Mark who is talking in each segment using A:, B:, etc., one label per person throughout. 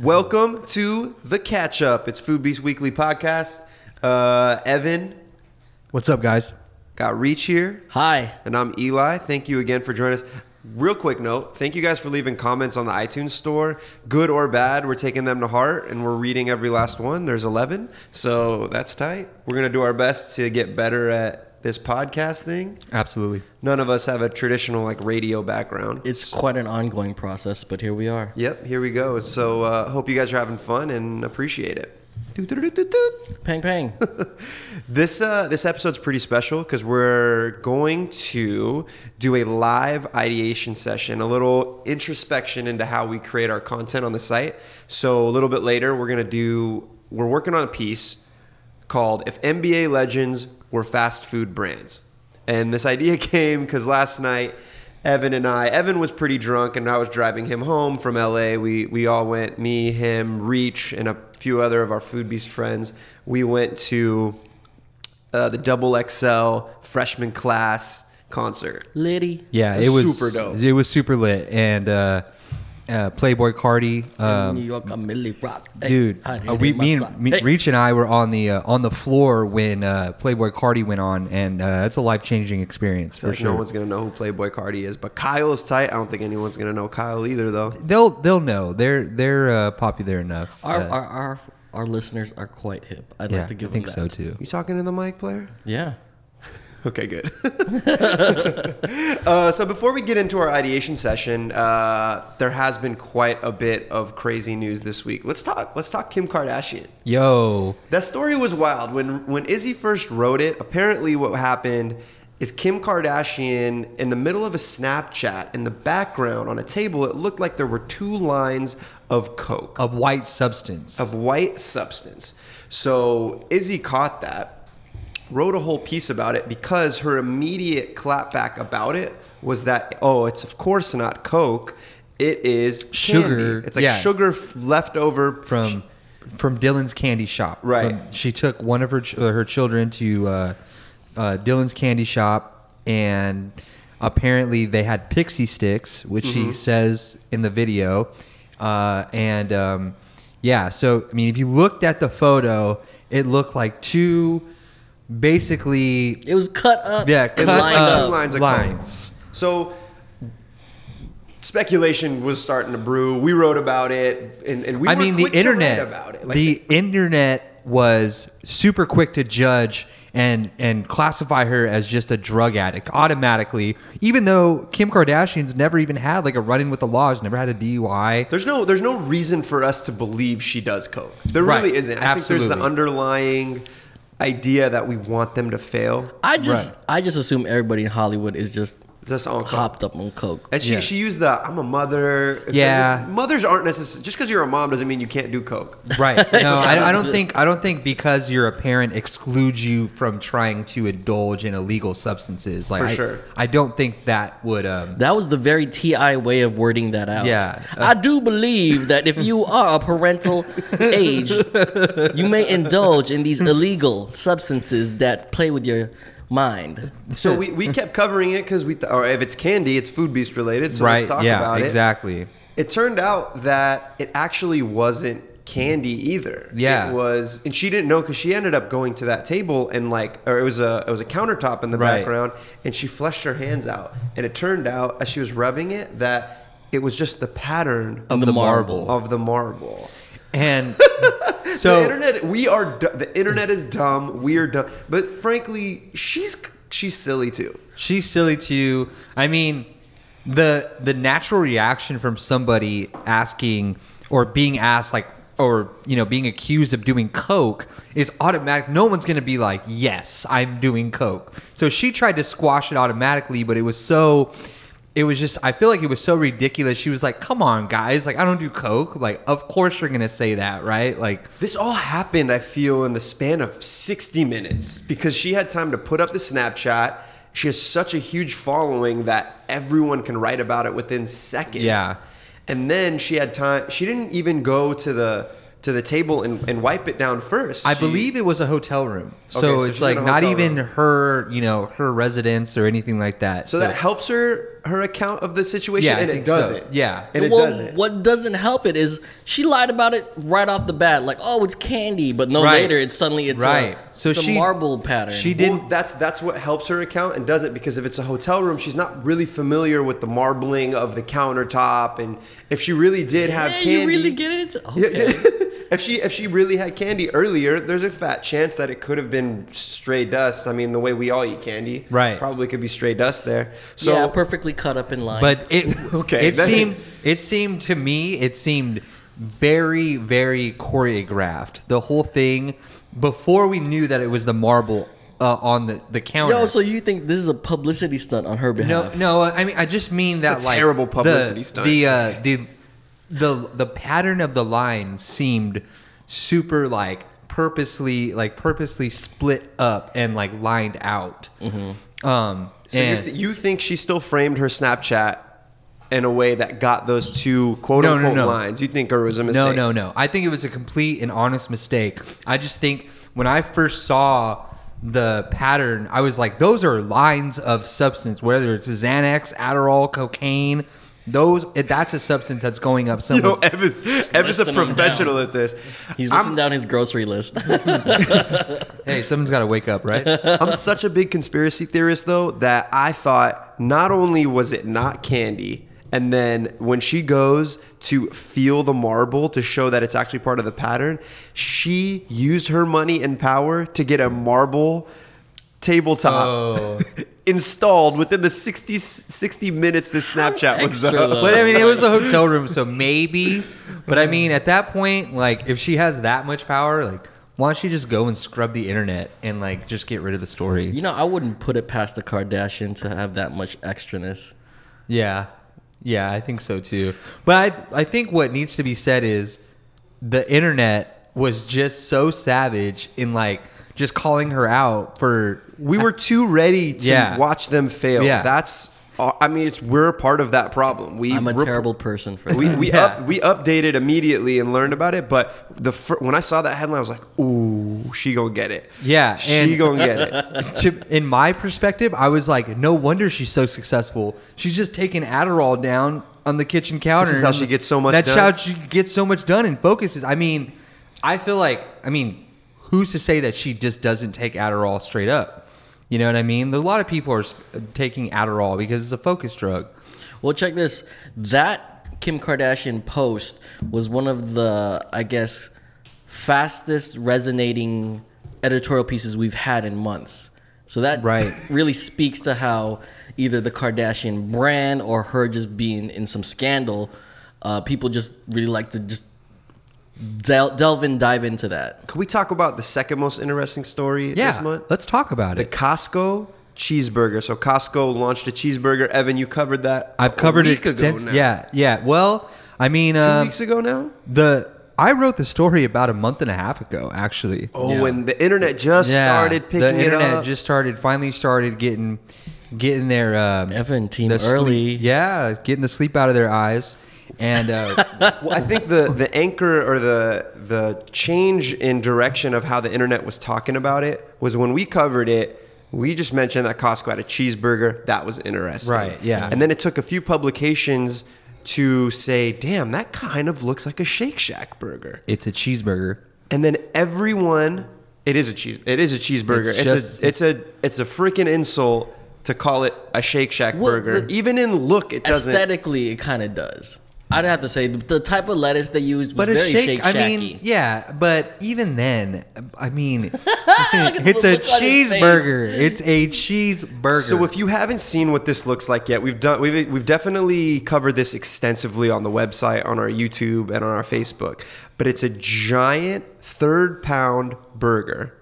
A: Welcome to the catch up. It's Food Beast Weekly Podcast. Uh, Evan
B: What's up, guys?
A: got Reach here,
C: Hi.
A: and I'm Eli. Thank you again for joining us. Real quick note thank you guys for leaving comments on the iTunes store. Good or bad, we're taking them to heart and we're reading every last one. There's 11, so that's tight. We're going to do our best to get better at this podcast thing.
B: Absolutely.
A: None of us have a traditional like radio background.
C: It's quite an ongoing process, but here we are.
A: Yep, here we go. So, uh, hope you guys are having fun and appreciate it. Doo-doo-doo-doo-doo.
C: Pang pang.
A: This uh, this episode's pretty special because we're going to do a live ideation session, a little introspection into how we create our content on the site. So a little bit later, we're gonna do we're working on a piece called "If NBA Legends Were Fast Food Brands," and this idea came because last night Evan and I, Evan was pretty drunk, and I was driving him home from LA. We we all went, me, him, Reach, and a few other of our Food Beast friends. We went to uh, the Double XL freshman class concert.
C: Liddy.
B: Yeah,
A: It's
B: it was
A: super dope.
B: It was super lit, and uh, uh, Playboy Cardi,
C: New
B: um,
C: York, I'm Millie Rock. Hey,
B: dude,
C: I
B: uh, we,
C: need my
B: me,
C: son.
B: and, me
C: Hey.
B: Reach and I were on the uh, on the floor when uh, Playboy Cardi went on, and uh, it's a life changing experience for
A: Like
B: sure.
A: no one's gonna know who Playboy Cardi is, but Kyle is tight. I don't think anyone's gonna know Kyle either, though.
B: they'll they'll know they're they're uh, popular enough.
C: Our,
B: uh,
C: our, our, our listeners are quite hip. I'd
B: yeah,
C: like to give
B: I think
C: them
B: so
C: that.
B: too.
A: You talking to the mic, player?
C: Yeah.
A: Okay, good. uh, so before we get into our ideation session, uh, there has been quite a bit of crazy news this week. Let's talk. Let's talk Kim Kardashian.
B: Yo,
A: That story was wild. When when Izzy first wrote it, apparently what happened is Kim Kardashian in the middle of a Snapchat in the background on a table, it looked like there were two lines of coke
B: of white substance.
A: of white substance. So Izzy caught that, wrote a whole piece about it because her immediate clapback about it was that oh, it's of course not coke. It is candy.
B: Sugar,
A: It's like
B: yeah.
A: sugar f- left over
B: from from Dylan's candy shop.
A: Right.
B: From- she took one of her ch- uh, her children to uh, uh, Dylan's candy shop, and apparently they had pixie sticks, which
A: Mm-hmm.
B: she says in the video. Uh, and um, yeah, so I mean, if you looked at the photo, it looked like two basically
C: It was cut up.
B: yeah
C: and
B: cut
C: lined
B: up
A: Two
C: up.
A: lines of
B: lines.
A: So speculation was starting to brew. We wrote about it, and, and we.
B: I
A: were
B: mean, the
A: quick to write
B: internet.
A: about it. Like,
B: the internet was super quick to judge and and classify her as just a drug addict automatically, even though Kim Kardashian's never even had like a run in with the law. She's never had a DUI.
A: there's no there's no reason for us to believe she does coke. There
B: Right.
A: really isn't. I think there's the
B: Absolutely.
A: underlying idea that we want them to fail.
C: I just
B: Right.
C: I just assume everybody in Hollywood is just
A: That's all. coke.
C: hopped up on coke.
A: And she,
B: Yeah.
A: she used the I'm a mother.
B: Yeah.
A: mothers aren't necessary. Just because you're a mom doesn't mean you can't do coke.
B: Right. No, I, I don't think I don't think because you're a parent excludes you from trying to indulge in illegal substances. Like
A: For
B: I,
A: sure.
B: I don't think that would um
C: That was the very TI way of wording that out.
B: Yeah.
C: I do believe that if you are a parental age, you may indulge in these illegal substances that play with your mind.
A: So we, we kept covering it because we th- or if it's candy, it's food beast related. So
B: right.
A: let's talk
B: yeah,
A: about it.
B: exactly.
A: It turned out that it actually wasn't candy either.
B: Yeah.
A: it was, and she didn't know because she ended up going to that table and like, or it was a it was a countertop in the
B: Right.
A: background, and she flushed her hands out, and it turned out as she was rubbing it that it was just the pattern
C: Of the marble.
A: of the marble.
B: And
A: the
B: so
A: internet, we are du- the internet is dumb. We are dumb, but frankly, she's she's silly too.
B: She's silly too. I mean, the the natural reaction from somebody asking or being asked like or you know being accused of doing coke is automatic. No one's going to be like, "Yes, I'm doing coke." So she tried to squash it automatically, but it was so it was just I feel like it was so ridiculous. She was like, "Come on, guys. Like I don't do coke." Like, "Of course you're going to say that, right?" Like
A: This all happened, I feel, in the span of 60 minutes because she had time to put up the Snapchat. She has such a huge following that everyone can write about it within seconds.
B: Yeah.
A: And then she had time. She didn't even go to the to the table and, and wipe it down first.
B: I
A: She-
B: believe it was a hotel room. So,
A: Okay, so
B: it's
A: she's in
B: like
A: a
B: not
A: hotel
B: even
A: room.
B: her, you know, her residence or anything like that.
A: So that helps her her account of the situation,
B: Yeah, I
A: and it
B: think so.
A: doesn't.
B: Yeah.
A: and it
C: well,
A: doesn't.
C: what doesn't help it is she lied about it right off the bat, like "oh, it's candy," but no
B: Right.
C: later it's suddenly it's
B: Right.
C: a,
B: So
C: it's a
B: she-
C: marble pattern.
B: she
A: Well,
B: didn't-
A: that's that's what helps her account and doesn't because if it's a hotel room, she's not really familiar with the marbling of the countertop, and if she really did have
C: yeah,
A: candy,
C: you really get it?
A: Yeah,
C: Okay.
A: if she if she really had candy earlier, there's a fat chance that it could have been stray dust. I mean, the way we all eat candy,
B: Right.
A: Probably could be stray dust there. So
C: yeah, perfectly cut up in line.
B: But it
A: Okay,
B: It
A: that-
B: seemed it seemed to me it seemed very very choreographed. The whole thing before we knew that it was the marble uh, on the the counter.
C: yo, so you think this is a publicity stunt on her
B: no,
C: behalf?
B: no. I mean, I just mean that
A: It's a
B: like
A: terrible publicity
B: the,
A: stunt.
B: The uh, the the the pattern of the line seemed super like purposely like purposely split up and like lined out. Um,
A: Mm-hmm. So you,
B: and-
A: th- you think she still framed her Snapchat in a way that got those two quote
B: No, no,
A: unquote
B: no.
A: lines? You think it was a mistake?
B: No, no, no. I think it was a complete and honest mistake. I just think when I first saw the pattern, I was like, those are lines of substance, whether it's Xanax, Adderall, cocaine. Those that's a substance that's going up
A: Yo,
B: someone's.
A: Ev is, Ev is a
C: listing them
A: professional at this.
C: He's
A: I'm,
C: listing down his grocery list.
B: hey, someone's got to wake up, right?
A: I'm such a big conspiracy theorist, though, that I thought not only was it not candy, and then when she goes to feel the marble to show that it's actually part of the pattern, she used her money and power to get a marble tabletop
B: Oh.
A: installed within the 60, 60 minutes this Snapchat was
C: Extra
A: up.
C: though.
B: But I mean, it was a hotel room, so maybe. But I mean, at that point, like, if she has that much power, like, why don't she just go and scrub the internet and like just get rid of the story?
C: you know, I wouldn't put it past the Kardashian to have that much extraness.
B: Yeah. Yeah, I think so too. But I I think what needs to be said is the internet was just so savage in like just calling her out for
A: We were too ready to
B: Yeah.
A: watch them fail.
B: Yeah.
A: That's, uh, I mean, it's we're part of that problem. We
C: I'm a
A: we're-
C: terrible person for that.
A: We we,
B: Yeah.
A: up, we updated immediately and learned about it, but the fir- when I saw that headline, I was like, "Ooh, she gonna get it."
B: Yeah,
A: she
B: and-
A: gonna get it.
B: to, in my perspective, I was like, no wonder she's so successful. She's just taking Adderall down on the kitchen counter.
A: This is how she gets so much
B: That's
A: done.
B: how she gets so much done and focuses. I mean, I feel like, I mean, who's to say that she just doesn't take Adderall straight up? You know what I mean? A lot of people are sp- taking Adderall because it's a focus drug.
C: Well, check this. That Kim Kardashian post was one of the, I guess, fastest resonating editorial pieces we've had in months. So that
B: Right.
C: really speaks to how either the Kardashian brand or her just being in some scandal, uh, people just really like to just del- delve and dive into that.
A: Can we talk about the second most interesting story this
B: Yeah,
A: month?
B: let's talk about
A: The
B: it.
A: Costco cheeseburger. So Costco launched a cheeseburger. Evan, you covered that. a
B: I've covered it
A: week ago now.
B: extensively. Yeah, yeah. Well, I mean,
A: two
B: um,
A: weeks ago now.
B: the I wrote the story about a month and a half ago, actually.
A: Oh,
C: Yeah.
A: when the internet just started picking
B: the internet
A: it up.
B: just started finally started getting getting their um,
C: Evan, team
B: the
C: early.
B: sleep- yeah, getting the sleep out of their eyes, and uh,
A: well, I think the the anchor or the the change in direction of how the internet was talking about it was when we covered it. We just mentioned that Costco had a cheeseburger. That was interesting,
B: Right, yeah.
A: And then it took a few publications to say, "Damn, that kind of looks like a Shake Shack burger."
B: it's a cheeseburger.
A: And then everyone, it is a cheese. It is a cheeseburger. It's,
B: It's just-
A: a it's a it's a freaking insult to call it a Shake Shack
C: Well,
A: burger.
C: the-
A: Even in look, it doesn't.
C: Aesthetically, it kind of does. I'd have to say the, the type of lettuce they used was
B: But a
C: very
B: shake,
C: shake
B: I mean, yeah. But even then, I mean, it's
C: the
B: a
C: look on his face.
B: cheeseburger. It's a cheeseburger.
A: So if you haven't seen what this looks like yet, we've done we've we've definitely covered this extensively on the website, on our YouTube, and on our Facebook. But it's a giant third pound burger.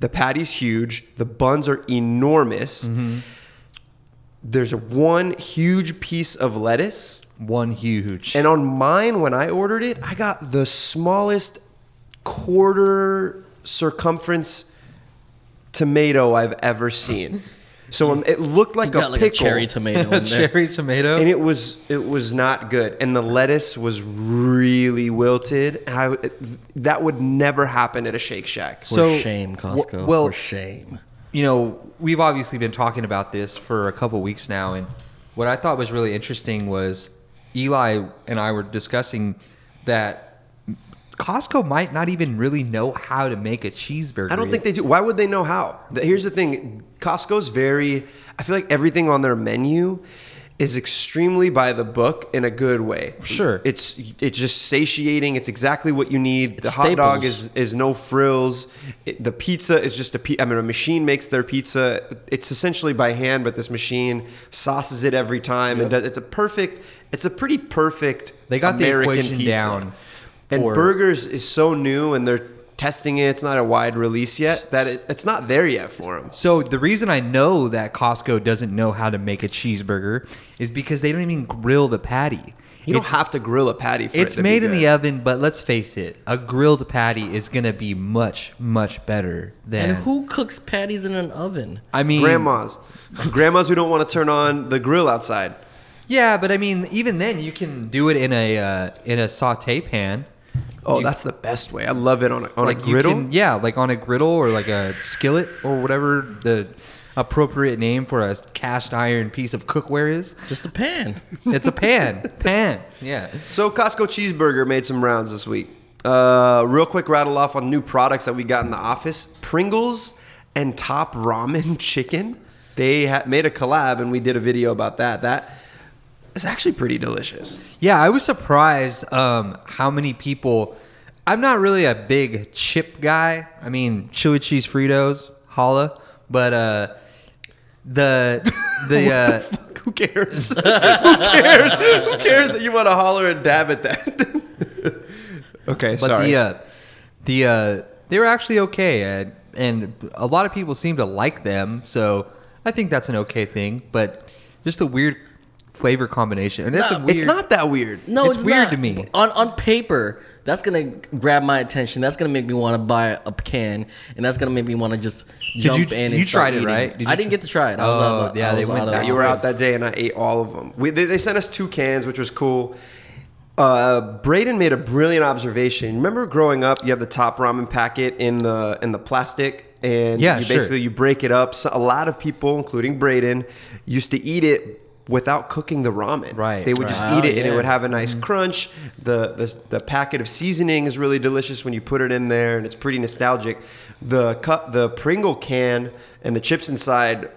A: The patty's huge. The buns are enormous. There's one huge piece of lettuce.
B: one huge,
A: And on mine, when I ordered it, I got the smallest quarter circumference tomato I've ever seen. So um, it looked like a
C: got like a
A: pickle,
C: cherry tomato in there.
B: cherry tomato.
A: and it was it was not good. And the lettuce was really wilted. And I that would never happen at a Shake Shack.
C: For
B: So-
C: shame,
B: w-
C: Costco.
B: well-
C: for shame.
B: you know, we've obviously been talking about this for a couple weeks now, and What I thought was really interesting was Eli and I were discussing that Costco might not even really know how to make a cheeseburger.
A: I don't
B: yet.
A: think they do. Why would they know how? The- Here's the thing Costco's very, I feel like everything on their menu is extremely by the book in a good way.
B: Sure.
A: It's it's just satiating. It's exactly what you need. the
C: It's
A: hot dog
C: staples.
A: is is no frills. It, the pizza is just a pi- I mean a machine makes their pizza. It's essentially by hand, but this machine sauces it every time and does, it's a perfect it's a pretty perfect
B: They got the
A: American
B: equation
A: pizza.
B: down
A: And
B: for-
A: burger Burgers is so new and they're testing it. It's not a wide release yet. That it, it's not there yet for them.
B: So the reason I know that Costco doesn't know how to make a cheeseburger is because they don't even grill the patty.
A: You don't
B: It's-
A: have to grill a patty. for
B: It's
A: it to be
B: made in
A: good.
B: the oven, but let's face it, a grilled patty is gonna be much, much better than.
C: And who cooks patties in an oven?
B: I mean,
A: Grandmas, grandmas who don't want to turn on the grill outside.
B: Yeah, but I mean, even then, you can do it in a uh, in a saute pan.
A: Oh,
B: You-
A: that's the best way. I love it on a, on a
B: like you
A: griddle.
B: can- yeah, like on a griddle or like a skillet or whatever the appropriate name for a cast iron piece of cookware is.
C: Just a pan.
B: It's a pan, pan. Yeah.
A: So Costco cheeseburger made some rounds this week. Uh, real quick, rattle off on new products that we got in the office: Pringles and Top Ramen Chicken. They ha- made a collab, and we did a video about that. That is actually pretty delicious.
B: Yeah, I was surprised um, how many people. I'm not really a big chip guy. I mean, chili cheese Fritos, holla. But uh, the the, uh,
A: Who cares? Who cares? Who cares that you want to holler and dab at that? okay,
B: but
A: sorry.
B: the uh, the uh, they were actually okay, and, and a lot of people seem to like them. So I think that's an okay thing. But just a weird flavor combination, and that's a
C: No,
B: weird.
A: it's not that weird.
C: No,
B: It's
C: it's,
B: weird
C: not.
B: to me.
C: On on paper, that's gonna grab my attention. That's gonna make me want to buy a can, and that's gonna make me want to just jump
B: you-
C: in. And
B: you
C: start
B: tried it,
C: eating.
B: right? Did
C: I
B: you
C: didn't
B: tr-
C: get to try it. I was
B: Oh,
C: out of,
B: yeah,
C: I
B: they
C: was
B: went
C: out of-
B: that
A: Yeah, you were out that day, and I ate all of them. We, they, they sent us two cans, which was cool. Uh, Braden made a brilliant observation. Remember growing up, you have the top ramen packet in the in the plastic, and
B: Yeah,
A: you
B: sure.
A: basically you break it up. So a lot of people, including Braden, used to eat it without cooking the ramen.
B: Right,
A: They would
B: right. Mm-hmm.
A: just
C: Oh,
A: eat it, and it
C: yeah.
A: would have a nice crunch. The, the the packet of seasoning is really delicious when you put it in there, and it's pretty nostalgic. The cup, the Pringle can, and the chips inside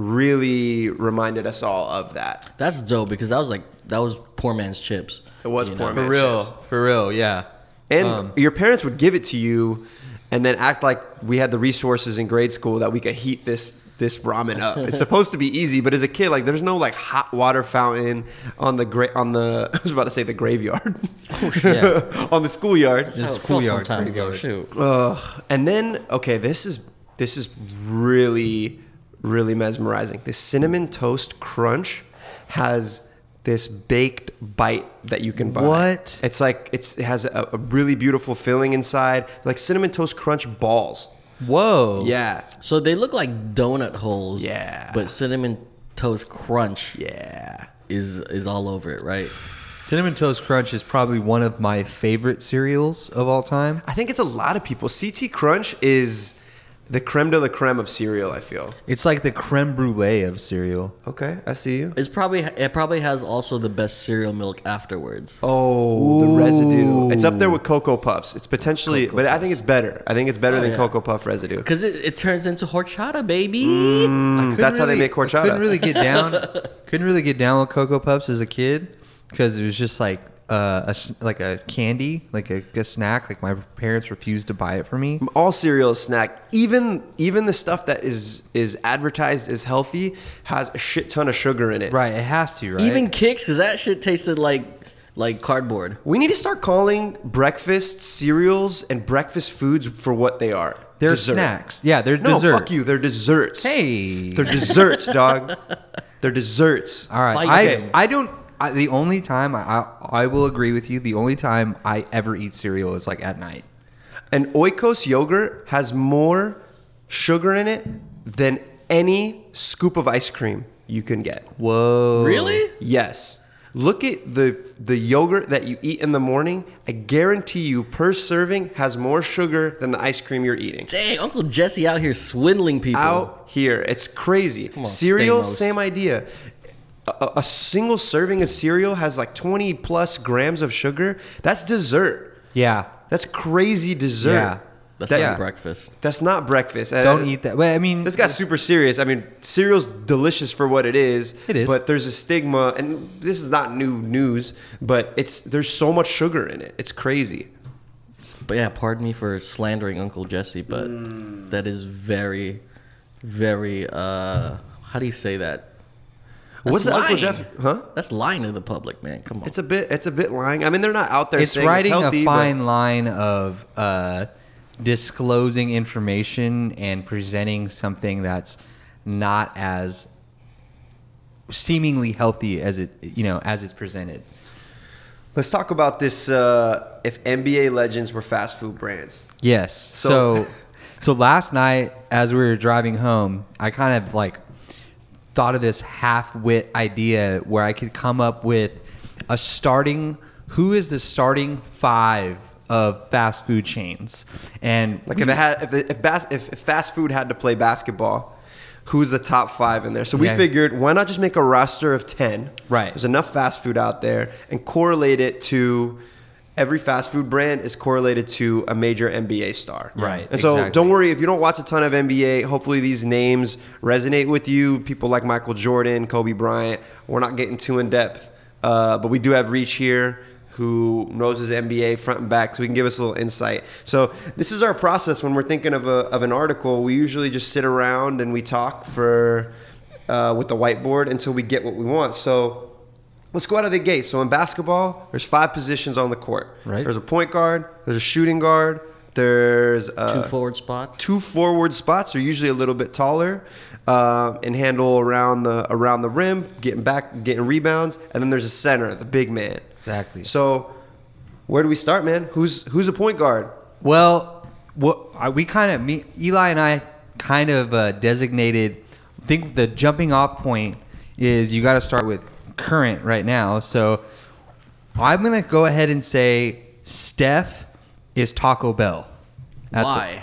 A: really reminded us all of that.
C: That's dope because that was like that was poor man's chips.
A: It was
C: you
A: poor
C: know?
A: man
B: for real,
A: chips.
B: for real. Yeah.
A: and
B: Um,
A: your parents would give it to you, and then act like we had the resources in grade school that we could heat this this ramen up. it's supposed to be easy, but as a kid, like there's no like hot water fountain on the gra- on the I was about to say the graveyard,
B: Oh, yeah.
A: on the schoolyard.
C: That's how it felt
B: schoolyard,
C: sometimes though.
B: schoolyard.
C: Shoot.
A: Ugh. And then okay, this is this is really really mesmerizing. This cinnamon toast crunch has this baked bite that you can buy.
B: What?
A: It's like it's it has a, a really beautiful filling inside, like cinnamon toast crunch balls.
B: Whoa.
A: Yeah.
C: So they look like donut holes.
A: Yeah.
C: But cinnamon toast crunch
A: Yeah.
C: is is all over it, right?
B: Cinnamon Toast Crunch is probably one of my favorite cereals of all time.
A: I think it's a lot of people. CT crunch is the creme de la creme of cereal, I feel.
B: It's like the creme brulee of cereal.
A: Okay, I see you.
C: It's probably it probably has also the best cereal milk afterwards.
A: Oh,
B: Ooh.
A: the residue. It's up there with Cocoa Puffs. It's potentially,
C: Cocoa
A: but I think it's better. I think it's
B: Oh,
A: better than
C: yeah.
A: Cocoa Puff residue.
C: Cause it, it turns into horchata, baby.
B: I couldn't
A: That's how they make
B: I
A: horchata.
B: Couldn't really get down. couldn't really get down with Cocoa Puffs as a kid because it was just like uh, a s- like a candy, like a, a snack. Like my parents refused to buy it for me.
A: All cereal is snack. Even even the stuff that is is advertised as healthy has a shit ton of sugar in it.
B: Right, it has to. Right.
C: Even kicks, cause that shit tasted like like cardboard.
A: We need to start calling breakfast cereals and breakfast foods for what they are.
B: they're
A: Dessert.
B: snacks. Yeah, they're
A: No,
B: dessert.
A: fuck you. They're desserts.
B: Hey.
A: they're desserts, dog. They're desserts.
B: All right.
C: Fight
B: I,
C: them.
B: I don't. I, the only time I, I I will agree with you. The only time I ever eat cereal is like at night.
A: An Oikos yogurt has more sugar in it than any scoop of ice cream you can get.
B: Whoa.
C: Really?
A: Yes. Look at the the yogurt that you eat in the morning. I guarantee you per serving has more sugar than the ice cream you're eating.
C: Dang, Uncle Jesse out here swindling people.
A: Out here, it's crazy.
C: on,
A: Cereal,
C: Stamos.
A: same idea. a, a single serving of cereal has like 20 plus grams of sugar. That's dessert.
B: Yeah.
A: That's crazy dessert.
B: Yeah.
C: That's
A: That-
C: not breakfast.
A: That's not breakfast.
B: Don't eat that. Well, I mean,
A: Uh, This got super serious. I mean, cereal's delicious for what it is.
B: It is.
A: But there's a stigma, and this is not new news. But it's there's so much sugar in it. It's crazy.
C: But yeah, pardon me for slandering Uncle Jesse, but
A: Mm.
C: that is very, very. uh How do you say that? That's
A: What's the Uncle
C: lying.
A: Jeff? Huh?
C: That's lying to the public, man. Come on.
A: It's a bit. It's a bit lying. I mean, they're not out there
B: it's
A: saying
B: writing
A: it's healthy.
B: a
A: but-
B: fine line of uh, disclosing information and presenting something that's not as seemingly healthy as it you know as it's presented.
A: Let's talk about this. Uh, if NBA legends were fast food brands,
B: Yes.
A: So-
B: So, so, last night as we were driving home, I kind of like thought of this half-wit idea where I could come up with a starting. Who is the starting five of fast food chains? And
A: like
B: we-
A: if it had, if if, bas- if if fast food had to play basketball, who's the top five in there? So we
B: Yeah.
A: figured, why not just make a roster of ten?
B: Right.
A: There's enough fast food out there, and correlate it to every fast food brand is correlated to a major NBA star.
B: Right,
A: And so
B: exactly.
A: don't worry if you don't watch a ton of NBA. Hopefully these names resonate with you. People like Michael Jordan, Kobe Bryant. We're not getting too in depth, uh, but we do have Reach here. Who knows his NBA front and back, so we can give us a little insight. So this is our process when we're thinking of a of an article. We usually just sit around and we talk for uh, with the whiteboard until we get what we want. So let's go out of the gate. So in basketball, there's five positions on the court.
B: Right.
A: There's a point guard. There's a shooting guard. There's
C: two
A: a,
C: forward spots.
A: uh, two forward spots are usually a little bit taller uh, and handle around the around the rim, getting back, getting rebounds, and then there's a center, the big man.
B: Exactly.
A: So, where do we start, man? Who's who's a point guard?
B: Well, what I- we kind of me Eli and I kind of uh, designated. I think the jumping off point is you got to start with current right now. So I'm gonna go ahead and say Steph is Taco Bell. At the-
C: Why?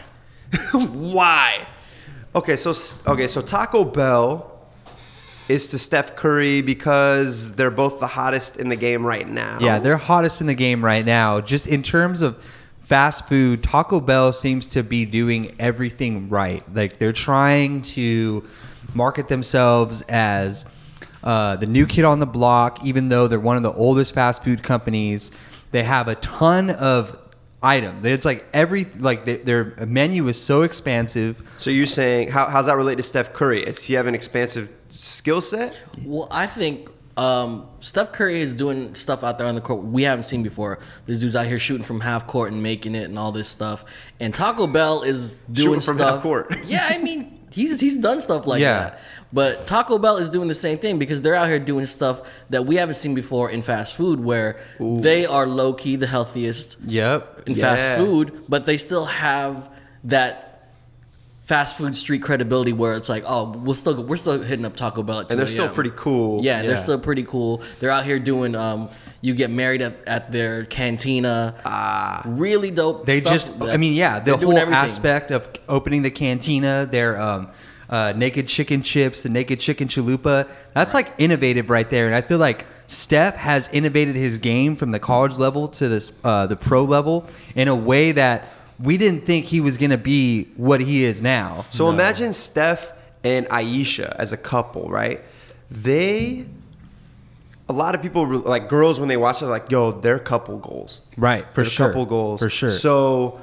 A: Why? Okay, so s- okay, so Taco Bell is to Steph Curry because they're both the hottest in the game right now.
B: yeah, they're hottest in the game right now. Just in terms of fast food, Taco Bell seems to be doing everything right. Like they're trying to market themselves as uh, the new kid on the block, even though they're one of the oldest fast food companies. They have a ton of item. It's like every like they, their menu is so expansive.
A: So you're saying how, how's that relate to Steph Curry? Does he have an expansive skill set?
C: Well, I think um, Steph Curry is doing stuff out there on the court we haven't seen before. This dude's out here shooting from half court and making it and all this stuff. And Taco Bell is doing
A: Shooting from
C: stuff.
A: half court.
C: yeah, I mean, he's he's done stuff like
B: Yeah.
C: that. But Taco Bell is doing the same thing because they're out here doing stuff that we haven't seen before in fast food, where they are low key the healthiest
B: Yep.
C: in
A: Yeah.
C: fast food, but they still have that fast food street credibility where it's like, oh, we'll still we're still hitting up Taco Bell, at
A: And they're
C: 2
A: still
C: a.m.
A: pretty cool.
C: Yeah, they're
B: Yeah.
C: still pretty cool. They're out here doing. Um, you get married at, at their cantina. Ah, really dope.
B: They
C: stuff
B: just,
C: that-
B: I mean, yeah, the
C: they're doing
B: whole
C: everything.
B: aspect of opening the cantina, their um, uh, naked chicken chips, the naked chicken chalupa, that's like innovative right there. And I feel like Steph has innovated his game from the college level to this, uh, the pro level in a way that we didn't think he was going to be what he is now.
A: So imagine Steph and Aisha as a couple, right? They, a lot of people re- like girls when they watch it, are like, yo, they're couple goals,
B: Right, for
A: They're
B: sure.
A: couple goals
B: For sure.
A: So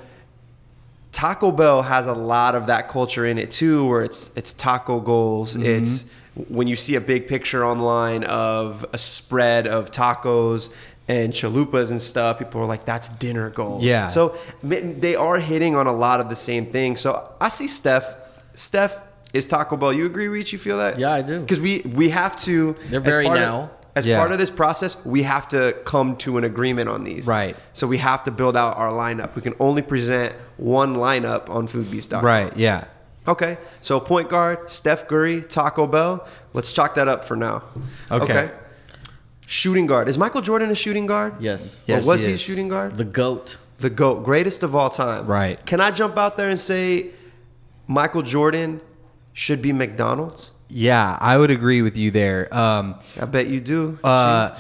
A: Taco Bell has a lot of that culture in it too, where it's it's taco goals.
C: Mm-hmm.
A: It's when you see a big picture online of a spread of tacos and chalupas and stuff, people are like, "That's dinner goals."
B: Yeah.
A: So ma- they are hitting on a lot of the same things. So I see Steph. Steph is Taco Bell. You agree, Reach? You feel that?
C: Yeah, I do.
A: Because we we have to.
C: They're
A: as
C: very
A: part of-
C: now.
A: as
B: Yeah.
A: part of this process, we have to come to an agreement on these.
B: Right.
A: So we have to build out our lineup. We can only present one lineup on foodbeast.com.
B: Right, yeah.
A: Okay. So point guard, Steph Curry, Taco Bell. Let's chalk that up for now.
B: Okay.
A: Shooting guard. Is Michael Jordan a shooting guard?
C: yes,
A: Or
B: Yes,
A: was
B: he
A: he, a
B: is.
A: shooting guard?
C: the goat.
A: The GOAT, greatest of all time.
B: Right.
A: Can I jump out there and say Michael Jordan should be McDonald's?
B: Yeah, I would agree with you there. Um,
A: I bet you do.
B: uh,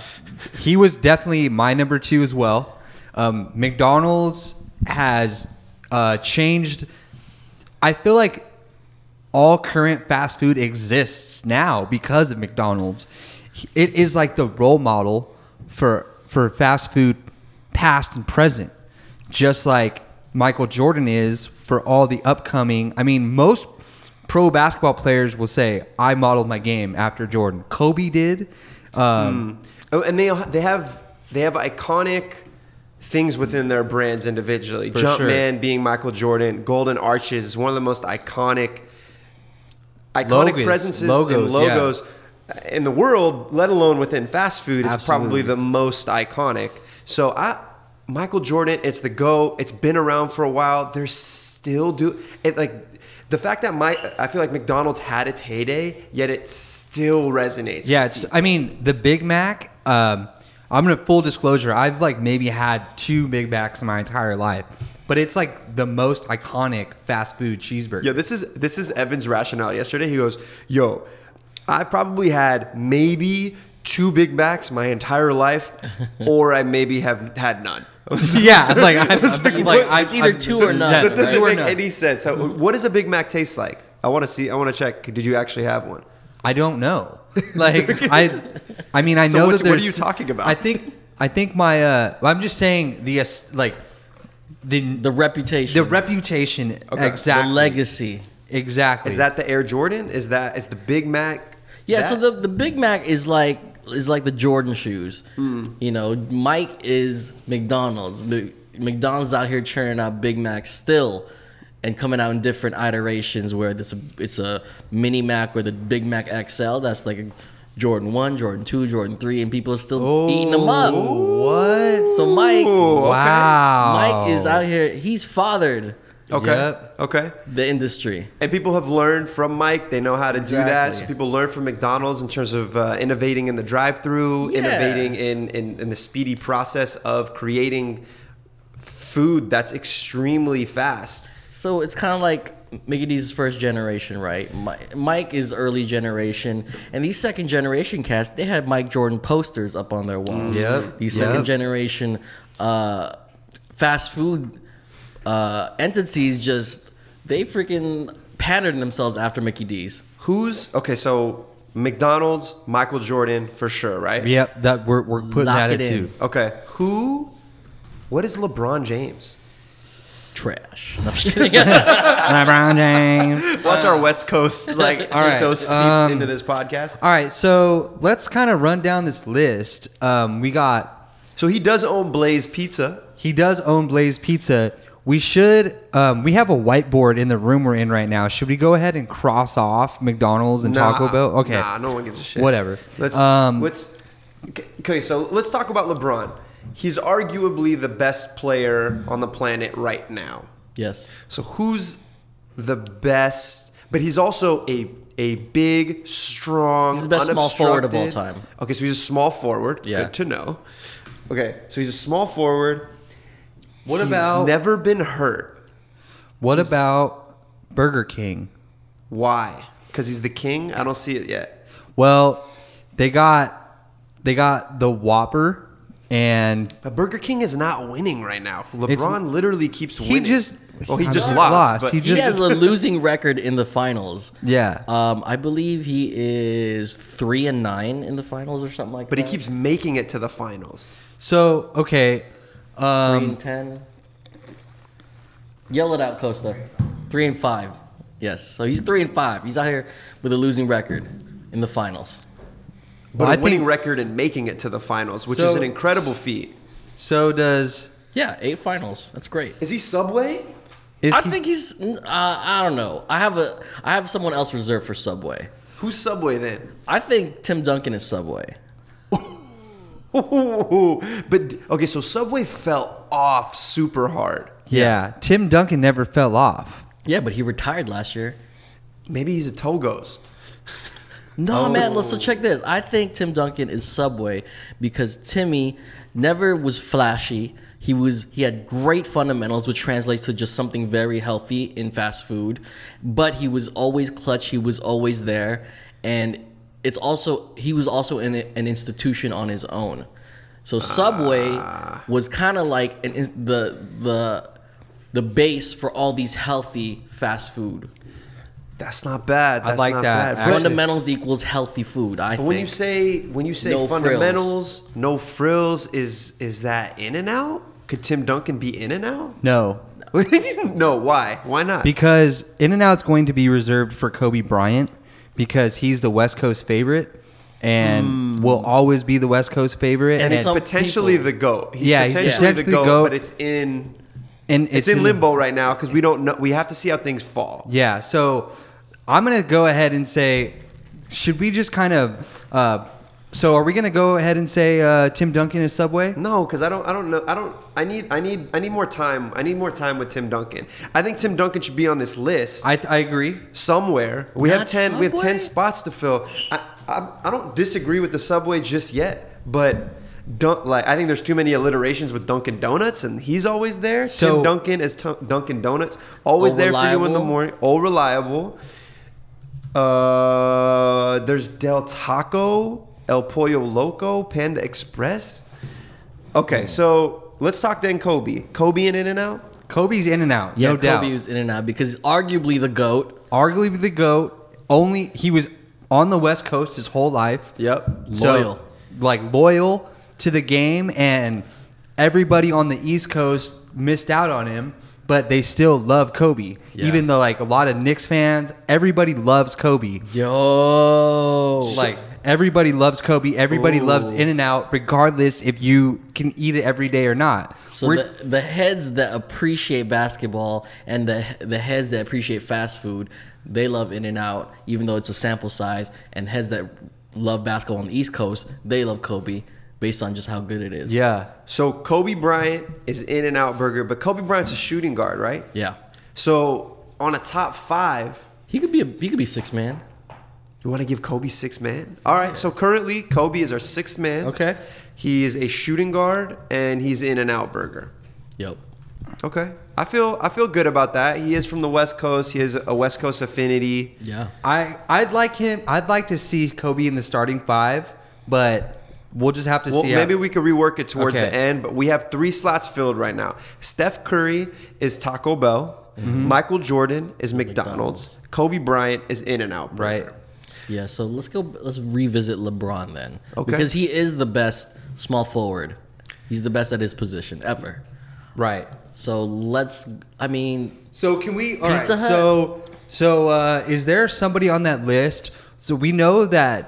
B: he was definitely my number two as well. Um, McDonald's has uh, changed. I feel like all current fast food exists now because of McDonald's. It is like the role model for for fast food, past and present. Just like Michael Jordan is for all the upcoming. I mean, most pro basketball players will say, "I modeled my game after Jordan." Kobe did. Um,
A: Oh, and they they have they have iconic things within their brands individually.
B: For sure.
A: Jumpman being Michael Jordan, Golden Arches is one of the most iconic iconic
B: Logos,
A: presences
B: logos,
A: and
B: yeah.
A: logos in the world, let alone within fast food, is
B: Absolutely.
A: probably the most iconic. So I Michael Jordan, it's the go. It's been around for a while. They're still do it like the fact that my I feel like McDonald's had its heyday, yet it still resonates.
B: Yeah, it's. I mean, the Big Mac. Um, I'm gonna full disclosure. I've like maybe had two Big Macs in my entire life, but it's like the most iconic fast food cheeseburger.
A: Yeah, this is this is Evan's rationale yesterday. He goes, "Yo, I probably had maybe two Big Macs my entire life, or I maybe have had none."
B: yeah, I'm like I,
A: It's
B: was
A: like,
B: like,
A: what?
B: I,
C: It's either
B: I-
C: two or none,
B: yeah,
A: That doesn't
B: two or
A: make
B: none.
A: any sense. So, what does a Big Mac taste like? I want to see. I want to check. Did you actually have one?
B: I don't know. Like I, I mean, I
A: So
B: know
A: what's-
B: that
A: what are
B: there's.
A: you talking about?
B: I think I think my. uh I'm just saying the es- like the
C: The reputation,
B: the reputation
A: Okay.
B: exactly
C: the legacy.
B: exactly
A: Is that the Air Jordan? Is that is the Big Mac?
C: Yeah,
A: that?
C: so the the Big Mac is like is like the Jordan shoes. You know, Mike is McDonald's. Mc- McDonald's out here churning out Big Macs still, and coming out in different iterations where this it's a mini Mac or the Big Mac XL. That's like a Jordan one, Jordan two, Jordan three, and people are still eating them up.
B: Oh, What?
C: So Mike,
A: Ooh, okay.
B: Wow.
C: Mike is out here. He's fathered
A: Okay.
B: Yep.
A: Okay.
C: the industry.
A: And people have learned from Mike. They know how to do that. So
C: Exactly.
A: people learn from McDonald's in terms of uh, innovating in the drive-through,
C: Yeah.
A: innovating in, in in the speedy process of creating food that's extremely fast.
C: So it's kind of like Mickey D's first generation, right? Mi- Mike is early generation, and these second generation cast they had Mike Jordan posters up on their walls.
B: Mm. Yep,
C: These
B: yep.
C: second generation uh, fast food uh, entities just they freaking patterned themselves after Mickey D's.
A: Who's okay? So McDonald's, Michael Jordan for sure, right?
B: Yep, that we're, we're putting
C: Lock
B: that
C: it
B: at
C: in.
B: two.
A: Okay. Who? What is LeBron James?
C: Trash. No, I'm just kidding.
B: LeBron James.
A: Watch our West Coast like
B: Uh, All right,
A: those seep
B: um,
A: into this podcast.
B: All right, so let's kind of run down this list. Um, we got
A: So he does own Blaze Pizza.
B: he does own Blaze Pizza. We should um, we have a whiteboard in the room we're in right now. Should we go ahead and cross off McDonald's and Taco
A: Nah,
B: Bell? Okay,
A: Nah, no one gives a shit.
B: Whatever.
A: Let's
B: Um,
A: let's okay. So let's talk about LeBron. He's arguably the best player on the planet right now.
C: yes.
A: So who's the best? But he's also a a big, strong,
C: He's the best small forward of all
A: unobstructed-
C: time.
A: Okay, so he's a small forward.
C: Yeah.
A: Good to know. Okay, so he's a small forward.
B: What
A: He's
B: about-
A: never been hurt?
B: what about Burger King?
A: Why? Because he's the king. I don't see it yet.
B: Well, they got they got the Whopper and
A: But Burger King is not winning right now. LeBron
B: It's-
A: literally keeps winning.
B: just-
A: oh he
B: I
A: just
B: mean,
A: lost.
B: lost.
A: but
B: He
C: He
B: Just-
C: has a losing record in the finals.
B: yeah.
C: Um, I believe he is three and nine in the finals or something like
A: but
C: that.
A: he keeps making it to the finals.
B: So okay, um,
C: Three and ten. Yell it out, Costa. Three and five. Yes. So he's three and five. He's out here with a losing record in the finals.
A: But
B: Well,
A: a
B: I
A: winning
B: think-
A: record and making it to the finals, which is
B: So-
A: an incredible feat.
B: so does
C: Yeah, eight finals. That's great.
A: Is he Subway?
B: is
C: I
B: he-
C: think he's. Uh, I don't know. I have a. I have someone else reserved for Subway.
A: Who's Subway then?
C: I think Tim Duncan is Subway.
A: but okay, so Subway fell off super hard.
B: Yeah, Tim Duncan never fell off.
C: Yeah, but he retired last year.
A: Maybe he's a Togo's.
C: No, man.
A: Oh.
C: Let's so check this. I think Tim Duncan is Subway because Timmy never was flashy. He was he had great fundamentals, which translates to just something very healthy in fast food. But he was always clutch. He was always there, and it's also he was also in a- an institution on his own. So Subway
A: Ah.
C: was kind of like an, in- the the the base for all these healthy fast food.
A: That's not bad. That's
B: like
A: not
B: that,
A: Bad. But-
B: actually.
C: Fundamentals equals healthy food. I
A: But
C: think.
A: when you say when you say
C: No
A: fundamentals, no frills, is is that in and out? Could Tim Duncan be in and out?
B: No,
A: no, why? Why not?
B: because In and Out's going to be reserved for Kobe Bryant because he's the West Coast favorite and will always be the West Coast favorite.
A: and
B: And,
A: he's
C: some
A: potentially
C: people-
A: the goat. He's
B: Yeah, he's
A: potentially the
B: potentially
A: goat,
B: goat.
A: but it's in
B: and
A: it's, in limbo right now because we don't know. We have to see how things fall.
B: Yeah, so I'm gonna go ahead and say, should we just kind of? Uh, so are we gonna go ahead and say uh, Tim Duncan is Subway?
A: No, because I don't. I don't know. I don't. I need. I need. I need more time. I need more time with Tim Duncan. I think Tim Duncan should be on this list
B: I, I agree.
A: somewhere. We have
C: Not
A: ten. We have ten
C: Subway?
A: spots to fill. I, I. I don't disagree with the subway just yet, but. Dun- like I think there's too many alliterations with Dunkin' Donuts, and he's always there.
B: So-
A: Tim Duncan is t- Dunkin' Donuts, always
C: Oh,
A: there for you in the
C: reliable.
A: morning. All reliable. Uh, there's Del Taco, El Pollo Loco, Panda Express. Okay, so let's talk then Kobe. Kobe in In and Out.
B: Kobe's in and out,
C: yeah,
B: no doubt.
C: Kobe was in and out because arguably the goat.
B: Arguably the goat. Only he was on the West Coast his whole life.
A: Yep.
B: So,
C: Loyal.
B: like loyal to the game, and everybody on the East Coast missed out on him, but they still love Kobe.
C: Yeah.
B: Even though like a lot of Knicks fans, everybody loves Kobe.
C: Yo,
B: Like everybody loves Kobe. Everybody
A: Ooh.
B: loves In and Out, regardless if you can eat it every day or not.
C: So
B: We're-
C: the, the heads that appreciate basketball and the the heads that appreciate fast food, they love In and Out, even though it's a sample size. And heads that love basketball on the East Coast, they love Kobe based on just how good it is.
B: yeah,
A: So Kobe Bryant is In and Out Burger, but Kobe Bryant's a shooting guard, right?
C: Yeah.
A: So on a top five,
C: He could be a he could be six man.
A: you want to give Kobe six man? All right. So currently, Kobe is our sixth man.
B: Okay.
A: He is a shooting guard, and he's In and Out Burger.
C: Yep.
A: Okay. I feel I feel good about that. He is from the West Coast. He has a West Coast affinity.
C: Yeah.
B: I I'd like him. I'd like to see Kobe in the starting five, but we'll just have to
A: Well,
B: see. how-
A: maybe we could rework it towards
B: Okay.
A: the end, but we have three slots filled right now. Steph Curry is Taco Bell.
B: Mm-hmm.
A: Michael Jordan is McDonald's. Kobe Bryant is In and Out.
B: right.
C: Yeah. So let's go. Let's revisit LeBron then,
A: Okay.
C: because he is the best small forward. He's the best at his position ever.
B: Right.
C: So let's. I mean,
B: So can we? all right.
C: Pizza Hut.
B: So so uh, is there somebody on that list? So we know that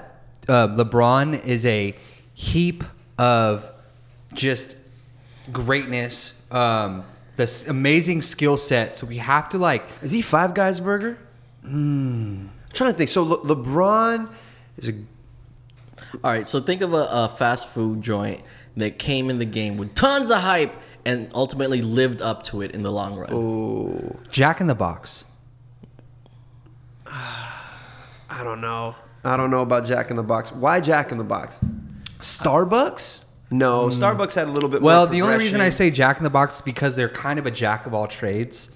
B: uh, LeBron is a heap of just greatness, um, this amazing skill set. So we have to like
A: Is he Five Guys Burger? Hmm. I'm trying to think. So Le- LeBron is a
C: All right, so think of a, a fast food joint that came in the game with tons of hype and ultimately lived up to it in the long run.
B: Jack in the Box.
A: I don't know. I don't know about Jack in the Box. Why Jack in the Box? Starbucks? No, Starbucks had a little bit.
B: Hmm. Well,
A: more
B: the only reason I
A: progression.
B: say Jack in the Box is because they're kind of a jack of all trades.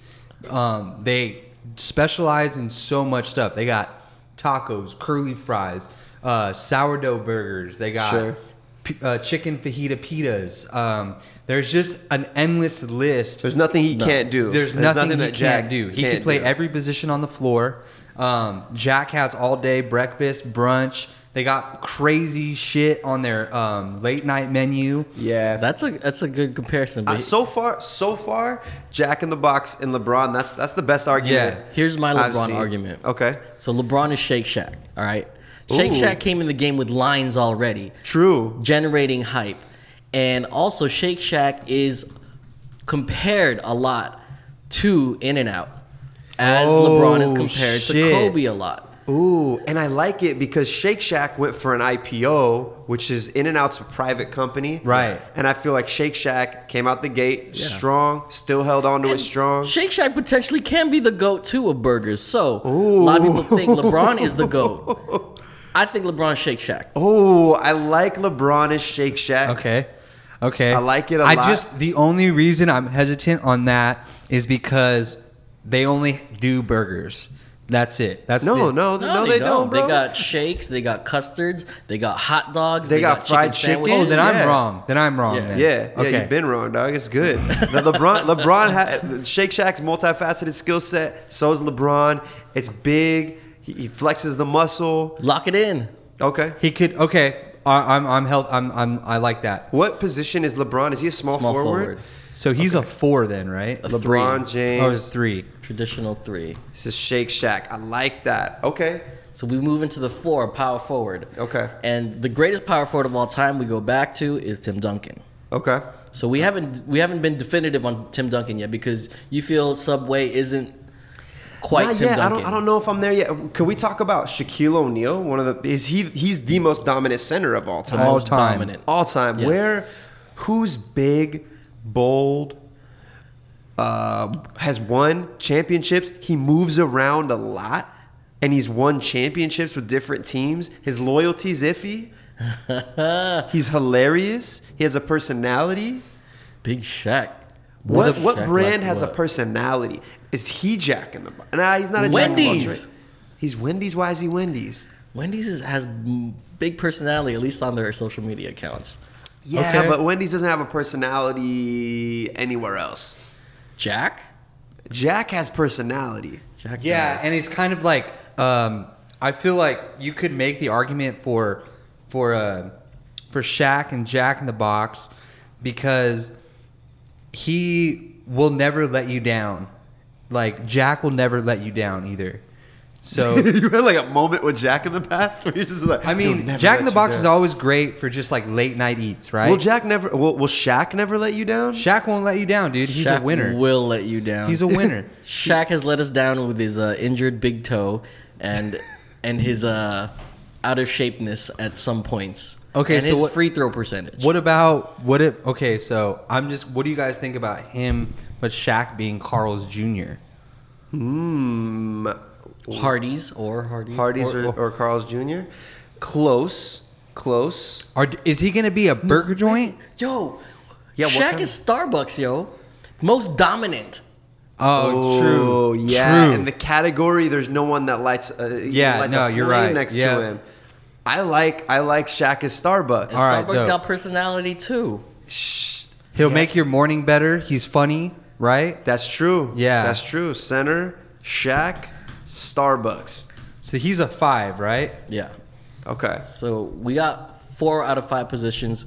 B: Um, they specialize in so much stuff. They got tacos, curly fries, uh, sourdough burgers. They got
A: Sure.
B: p- uh, chicken fajita pitas. Um, there's just an endless list.
A: there's nothing he can't do.
B: There's, nothing, he
A: that
B: can't
A: Jack
B: do. He
A: can't
B: can play
A: do.
B: every position on the floor. Um, Jack has all day breakfast, brunch. They got crazy shit on their um, late night menu.
A: Yeah,
C: That's a that's a good comparison. But
A: Uh, so far, so far, Jack in the Box and LeBron. That's that's the best argument.
B: Yeah.
C: here's my
A: I've
C: LeBron
A: seen.
C: argument.
A: Okay,
C: So LeBron is Shake Shack. All right, Shake
A: Ooh.
C: Shack came in the game with lines already,
A: true.
C: generating hype, and also Shake Shack is compared a lot to In and Out, as
B: Oh,
C: LeBron is compared
B: shit.
C: to Kobe a lot.
A: Ooh, and I like it because Shake Shack went for an IPO, which is In and Out's a private company,
B: Right.
A: And I feel like Shake Shack came out the gate strong, still held on to it
C: And
A: strong.
C: Shake Shack potentially can be the goat too of burgers. So a lot of people think LeBron is the goat. I think LeBron Shake Shack.
A: oh, I like LeBron as Shake Shack.
B: Okay. Okay.
A: I like it a
B: I
A: lot.
B: just the only reason I'm hesitant on that is because they only do burgers. That's it. That's
A: No,
B: the-
A: no, no, they, don't. bro.
C: They got shakes. They got custards. They got hot dogs.
A: They got fried
C: chicken.
A: chicken.
B: Oh, then
A: Yeah.
B: I'm wrong. Then I'm wrong.
C: Yeah.
B: then.
A: Yeah, yeah,
B: Okay.
A: you've been wrong, dog. It's good. The LeBron, LeBron, ha- Shake Shack's multifaceted skill set. So is LeBron. It's big. He, he flexes the muscle.
C: Lock it in.
A: Okay.
B: He could. Okay. I, I'm. I'm held. I'm. I'm. I like that.
A: What position is LeBron? Is he a small,
C: Small
A: forward?
C: forward.
B: So he's a four then, right?
C: A three.
A: LeBron James.
B: Oh, it's three.
C: Traditional three.
A: This is Shake Shack. I like that. Okay.
C: So we move into the four power forward.
A: Okay.
C: And the greatest power forward of all time we go back to is Tim Duncan.
A: Okay.
C: So we haven't we haven't been definitive on Tim Duncan yet because you feel Subway isn't quite
A: Not
C: Tim
A: yet. I
C: Duncan.
A: don't. I don't know if I'm there yet. Could we talk about Shaquille O'Neal? One of the is he? He's the most dominant center of all time.
B: All
C: Most
B: time.
C: dominant.
A: all time.
C: Yes.
A: Where, who's big, bold, uh, has won championships. He moves around a lot, and he's won championships with different teams. His loyalty's iffy. he's hilarious. He has a personality.
C: Big Shaq.
A: What
C: the
A: what
C: Shaq
A: brand
C: like
A: has a
C: what?
A: personality? Is he Jack in the Box? Nah, he's not a Jack in the Box.
C: Wendy's.
A: Right? He's Wendy's. Why is he Wendy's?
C: Wendy's is, has m- big personality at least on their social media accounts.
A: Yeah,
B: Okay.
A: but Wendy's doesn't have a personality anywhere else.
C: Jack.
A: Jack has personality.
C: Jack.
B: Yeah,
C: does.
B: and it's kind of like um, I feel like you could make the argument for for uh, for Shaq and Jack in the Box because he will never let you down. Like Jack will never let you down either. So
A: you had like a moment with Jack in the past where you're just like,
B: Oh. I
A: "He'll
B: mean,
A: never
B: Jack
A: let
B: in the
A: you
B: Box is
A: down."
B: always great for just like late night eats, right?
A: Will Jack never? Will, will Shaq never let you down?
B: Shaq won't let you down, dude. He's
C: Shaq
B: a winner.
C: Will let you down.
B: He's a winner.
C: Shaq has let us down with his uh, injured big toe and and his uh, out of shapeness at some points.
B: Okay,
C: and
B: so
C: his
B: what-
C: free throw percentage.
B: What about what if? Okay, so I'm just. What do you guys think about him? But Shaq being Carl's Jr.
C: Hardee's or Hardee's?
A: Hardy's Hmm. or,
B: Or-
A: or Carl's Jr. Close, close.
B: Are, is he going to be a burger joint?
C: Yo,
A: Yeah, what
C: Shaq
A: kind
C: is Starbucks, yo. Most dominant.
B: Oh,
A: Oh,
B: true.
A: Yeah,
B: True.
A: in the category, there's no one that lights. Uh, even
B: Yeah,
A: lights
B: no,
A: a
B: you're
A: flame
B: right.
A: Next
B: Yeah.
A: to him, I like I like Shaq as Starbucks.
B: All right,
C: Starbucks
B: dope.
C: got personality too.
A: Shh.
B: He'll
A: Yeah.
B: make your morning better. He's funny, right?
A: That's true.
B: Yeah.
A: that's true. Center, Shaq, Starbucks.
B: So he's a five, right?
C: Yeah.
A: Okay,
C: So we got four out of five positions.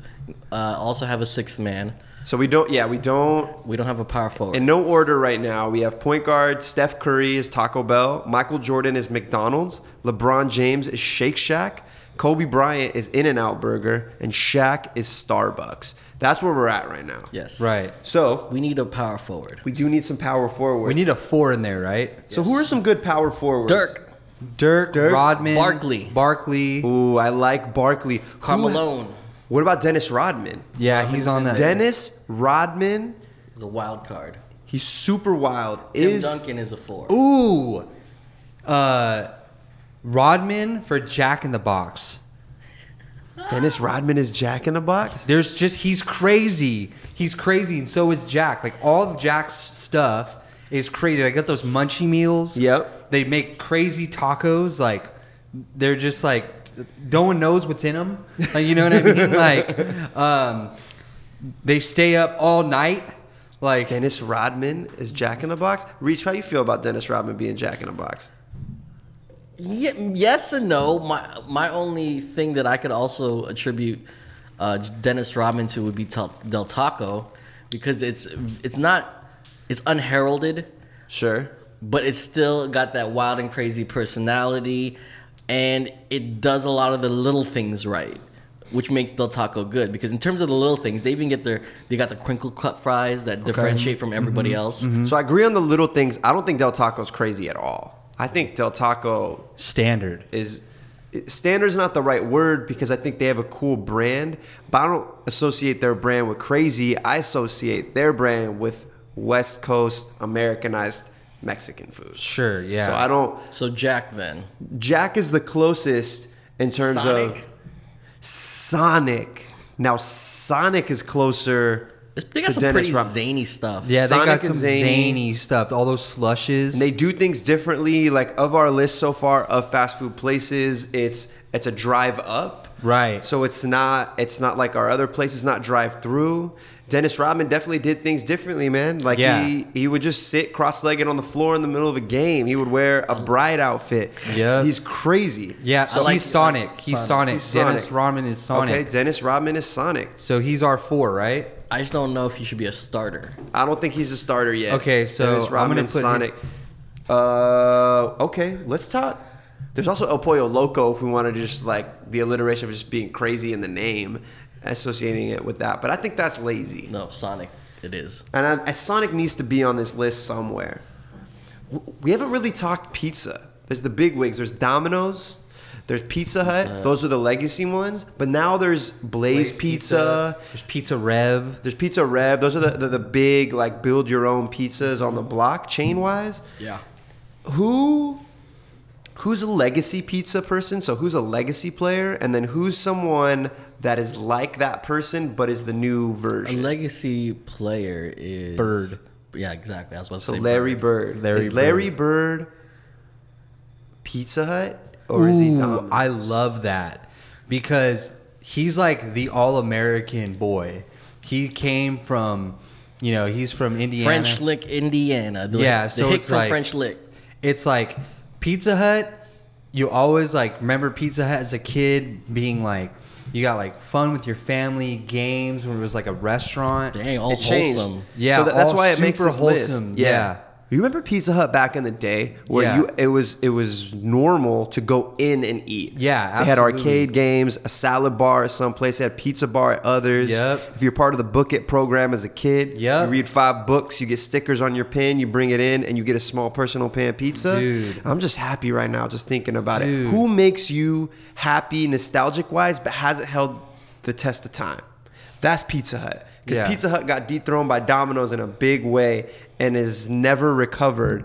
C: Uh, also have a sixth man.
A: so we don't. Yeah, we don't.
C: We don't have a power forward.
A: In no order right now, we have point guard Steph Curry is Taco Bell, Michael Jordan is McDonald's, LeBron James is Shake Shack, Kobe Bryant is In N Out Burger, and Shaq is Starbucks. That's where we're at right now.
C: yes.
B: Right.
A: So
C: We need a power forward.
A: we do need some power forwards.
B: We need a four in there, right?
A: so who are some good power forwards?
C: Dirk.
B: Dirk, Rodman,
C: Barkley.
B: Barkley.
A: Ooh, I like Barkley. Who-
C: Carmelo.
A: What about Dennis Rodman?
B: Yeah, he's on that.
A: Dennis Rodman,
C: is a wild card.
A: he's super wild.
C: Tim
A: is
C: Duncan is a four.
B: Ooh, uh, Rodman for Jack in the Box.
A: Dennis Rodman is Jack in the Box?
B: There's just he's crazy. He's crazy, and so is Jack. Like all of Jack's stuff is crazy. They got those munchie meals.
A: Yep.
B: They make crazy tacos. Like they're just like no one knows what's in them. Like, you know what I mean? like um, they stay up all night. Like
A: Dennis Rodman is Jack in the Box. Reach, how you feel about Dennis Rodman being Jack in the Box?
C: Ye- yes and no. My my only thing that I could also attribute uh, Dennis Rodman to would be Tel- Del Taco, because it's it's not it's unheralded,
A: Sure.
C: but it's still got that wild and crazy personality, and it does a lot of the little things right, which makes Del Taco good. Because in terms of the little things, they even get their they got the crinkle cut fries that differentiate from everybody
B: Mm-hmm.
C: else.
A: So I agree on the little things. I don't think Del Taco's crazy at all. I think Del Taco
B: standard.
A: is standard's not the right word because I think they have a cool brand, but I don't associate their brand with crazy. I associate their brand with West Coast Americanized Mexican food.
B: Sure. Yeah.
A: So I don't
C: So Jack then.
A: Jack is the closest in terms
C: Sonic?
A: of Sonic. Now Sonic is closer
C: It's- They
A: To
C: got some
A: Dennis
C: pretty
A: Rodman.
C: zany stuff.
B: Yeah, they
A: Sonic
B: got some
A: is zany.
B: zany. stuff. All those slushes.
A: And they do things differently. Like of our list so far of fast food places, it's it's a drive up.
B: Right.
A: So it's not it's not like our other places, not drive through. Dennis Rodman definitely did things differently, man. Like
B: Yeah.
A: he he would just sit cross legged on the floor in the middle of a game. He would wear a bride outfit.
B: Yeah.
A: He's crazy.
B: yeah, so
C: like-
B: he's Sonic. He's Sonic.
A: He's
B: Dennis
A: Sonic.
B: Rodman is Sonic.
A: Okay, Dennis Rodman is Sonic.
B: So he's our four, right?
C: I just don't know if he should be a starter.
A: I don't think he's a starter yet.
B: Okay, so
A: Dennis
B: I'm
A: Rodman
B: gonna
A: and
B: put him-
A: Sonic. Uh, okay, let's talk. There's also El Pollo Loco if we wanted to just like the alliteration of just being crazy in the name, associating it with that. But I think that's lazy.
C: No, Sonic. It is.
A: And I, and Sonic needs to be on this list somewhere. W- We haven't really talked pizza. There's the big wigs. There's Domino's. There's Pizza Hut. Those are the legacy ones. But now there's Blaze,
C: Blaze
A: pizza.
C: Pizza.
B: There's Pizza Rev.
A: There's Pizza Rev. Those are the, the, the big, like, build your own pizzas on the block chain wise.
C: Yeah.
A: Who. Who's a legacy pizza person? So who's a legacy player, and then who's someone that is like that person but is the new
C: A
A: version?
C: legacy player is
B: Bird.
C: Yeah, exactly. I was about to
A: So
C: say
A: Larry
C: Bird.
A: Bird.
B: Larry
A: is Larry Bird. Pizza Hut or is he
B: Ooh,
A: Domino's?
B: I love that because he's like the all-American boy. He came from, you know, he's from Indiana.
C: French Lick, Indiana. The,
B: Yeah,
C: the
B: so
C: hick
B: it's
C: from
B: like-
C: French Lick.
B: It's like Pizza Hut. You always like remember Pizza Hut as a kid being like you got like fun with your family, games when it was like a restaurant.
C: Dang, all
A: It changed.
C: wholesome.
B: Yeah,
A: so that- that's
B: all
A: why it makes
B: super
A: this list.
B: wholesome.
A: Yeah.
B: Yeah.
A: You remember Pizza Hut back in the day where
B: Yeah.
A: you it was it was normal to go in and eat.
B: Yeah,
A: They had
B: absolutely.
A: arcade games, a salad bar at some place, they had pizza bar at others.
B: Yep.
A: If you're part of the Book It program as a kid,
B: Yep.
A: you read five books, you get stickers on your pin, you bring it in and you get a small personal pan pizza.
B: Dude.
A: I'm just happy right now just thinking about it.
B: Dude.
A: Who makes you happy nostalgic wise but hasn't held the test of time? That's Pizza Hut. Because
B: Yeah.
A: Pizza Hut got dethroned by Domino's in a big way and is never recovered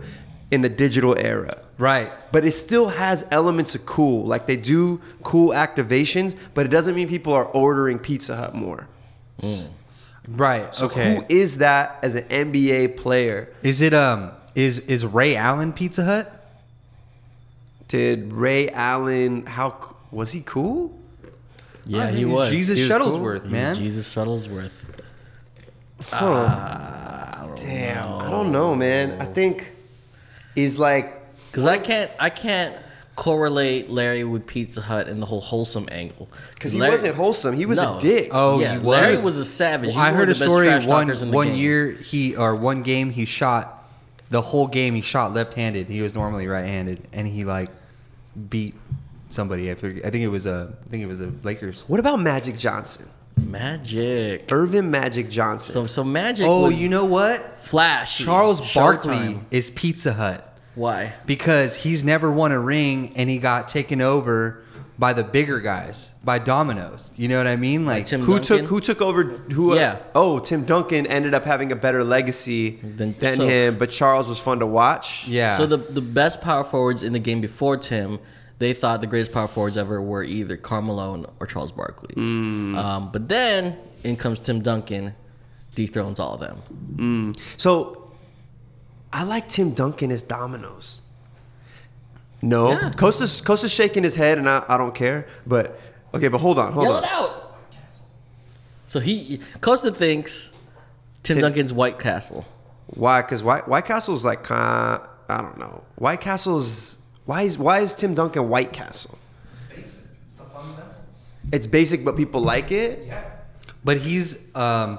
A: in the digital era.
B: Right.
A: But it still has elements of cool. Like they do cool activations, but it doesn't mean people are ordering Pizza Hut more.
B: Right. okay.
A: Who is that as an NBA player?
B: Is it um is is Ray Allen Pizza Hut?
A: Did Ray Allen, how c- was he cool? Ah,
C: Yeah,
B: I
C: he
B: think
C: was.
B: Jesus
A: Oh, He was cool.
B: Shuttlesworth,
C: He was
B: man.
C: Jesus Shuttlesworth.
A: Damn, I don't know, man. I think is like
C: Because I can't, I can't correlate Larry with Pizza Hut and the whole wholesome angle.
A: because he wasn't wholesome. He was a
C: No.
A: dick.
B: Oh,
C: Yeah,
B: he was.
C: Larry was a savage.
B: Well, I
C: You were
B: heard
C: the
B: a
C: best
B: story
C: trash
B: one
C: talkers in the
B: one
C: game.
B: year he or one game he shot the whole game he shot left-handed. He was normally right-handed, and he like beat somebody. I, forget, I think it was a I think it was the Lakers.
A: What about Magic Johnson?
C: Magic.
A: Irvin Magic Johnson.
C: So so Magic.
B: Oh,
C: was
B: you know what?
C: Flash.
B: Charles Barkley
C: Showtime.
B: is Pizza Hut
C: Why?
B: because he's never won a ring, and he got taken over by the bigger guys, by Domino's. You know what I mean? Like
C: Tim
A: who
C: Duncan?
A: took who took over who
C: Yeah.
A: oh Tim Duncan ended up having a better legacy than,
C: Than- so-
A: him but Charles was fun to watch
B: Yeah.
C: So the the best power forwards in the game before Tim, they thought the greatest power forwards ever were either Carmelo or Charles Barkley.
A: Mm.
C: Um, but then in comes Tim Duncan, dethrones all of them.
A: so I like Tim Duncan as Domino's no
C: Yeah.
A: Costa's Costa's shaking his head and I, I don't care but okay but hold on hold
C: Yell
A: on
C: it out. So he Costa thinks Tim,
A: Tim-
C: Duncan's White Castle.
A: Why? Because White, White Castle's like kind. I don't know. White Castle's why is why is Tim Duncan White Castle? It's basic, but people like it.
B: But he's, um,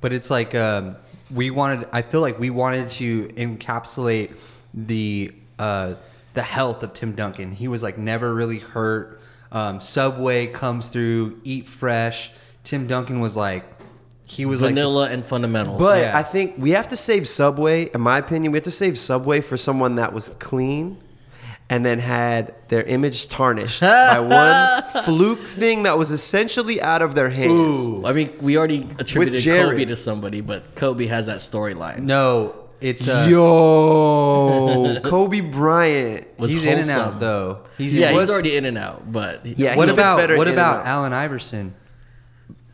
B: but it's like um, we wanted. I feel like we wanted to encapsulate the uh, the health of Tim Duncan. He was like never really hurt. Um, Subway comes through, eat fresh. Tim Duncan was like, he was like,
C: Vanilla and fundamentals.
A: But
B: Yeah.
A: I think we have to save Subway. In my opinion, we have to save Subway for someone that was clean, and then had their image tarnished by one fluke thing that was essentially out of their hands.
C: I mean, we already attributed
A: Jerry.
C: Kobe to somebody, but Kobe has that storyline.
B: no, it's uh,
A: Yo, Kobe Bryant.
C: Was
B: he's in and
C: wholesome.
B: out though. He's
C: Yeah,
B: in-
A: was-
C: he's already in and out, but
A: Yeah, he
B: what
A: fits
B: about
A: better
B: what
A: in and
B: about
A: out.
B: Allen Iverson?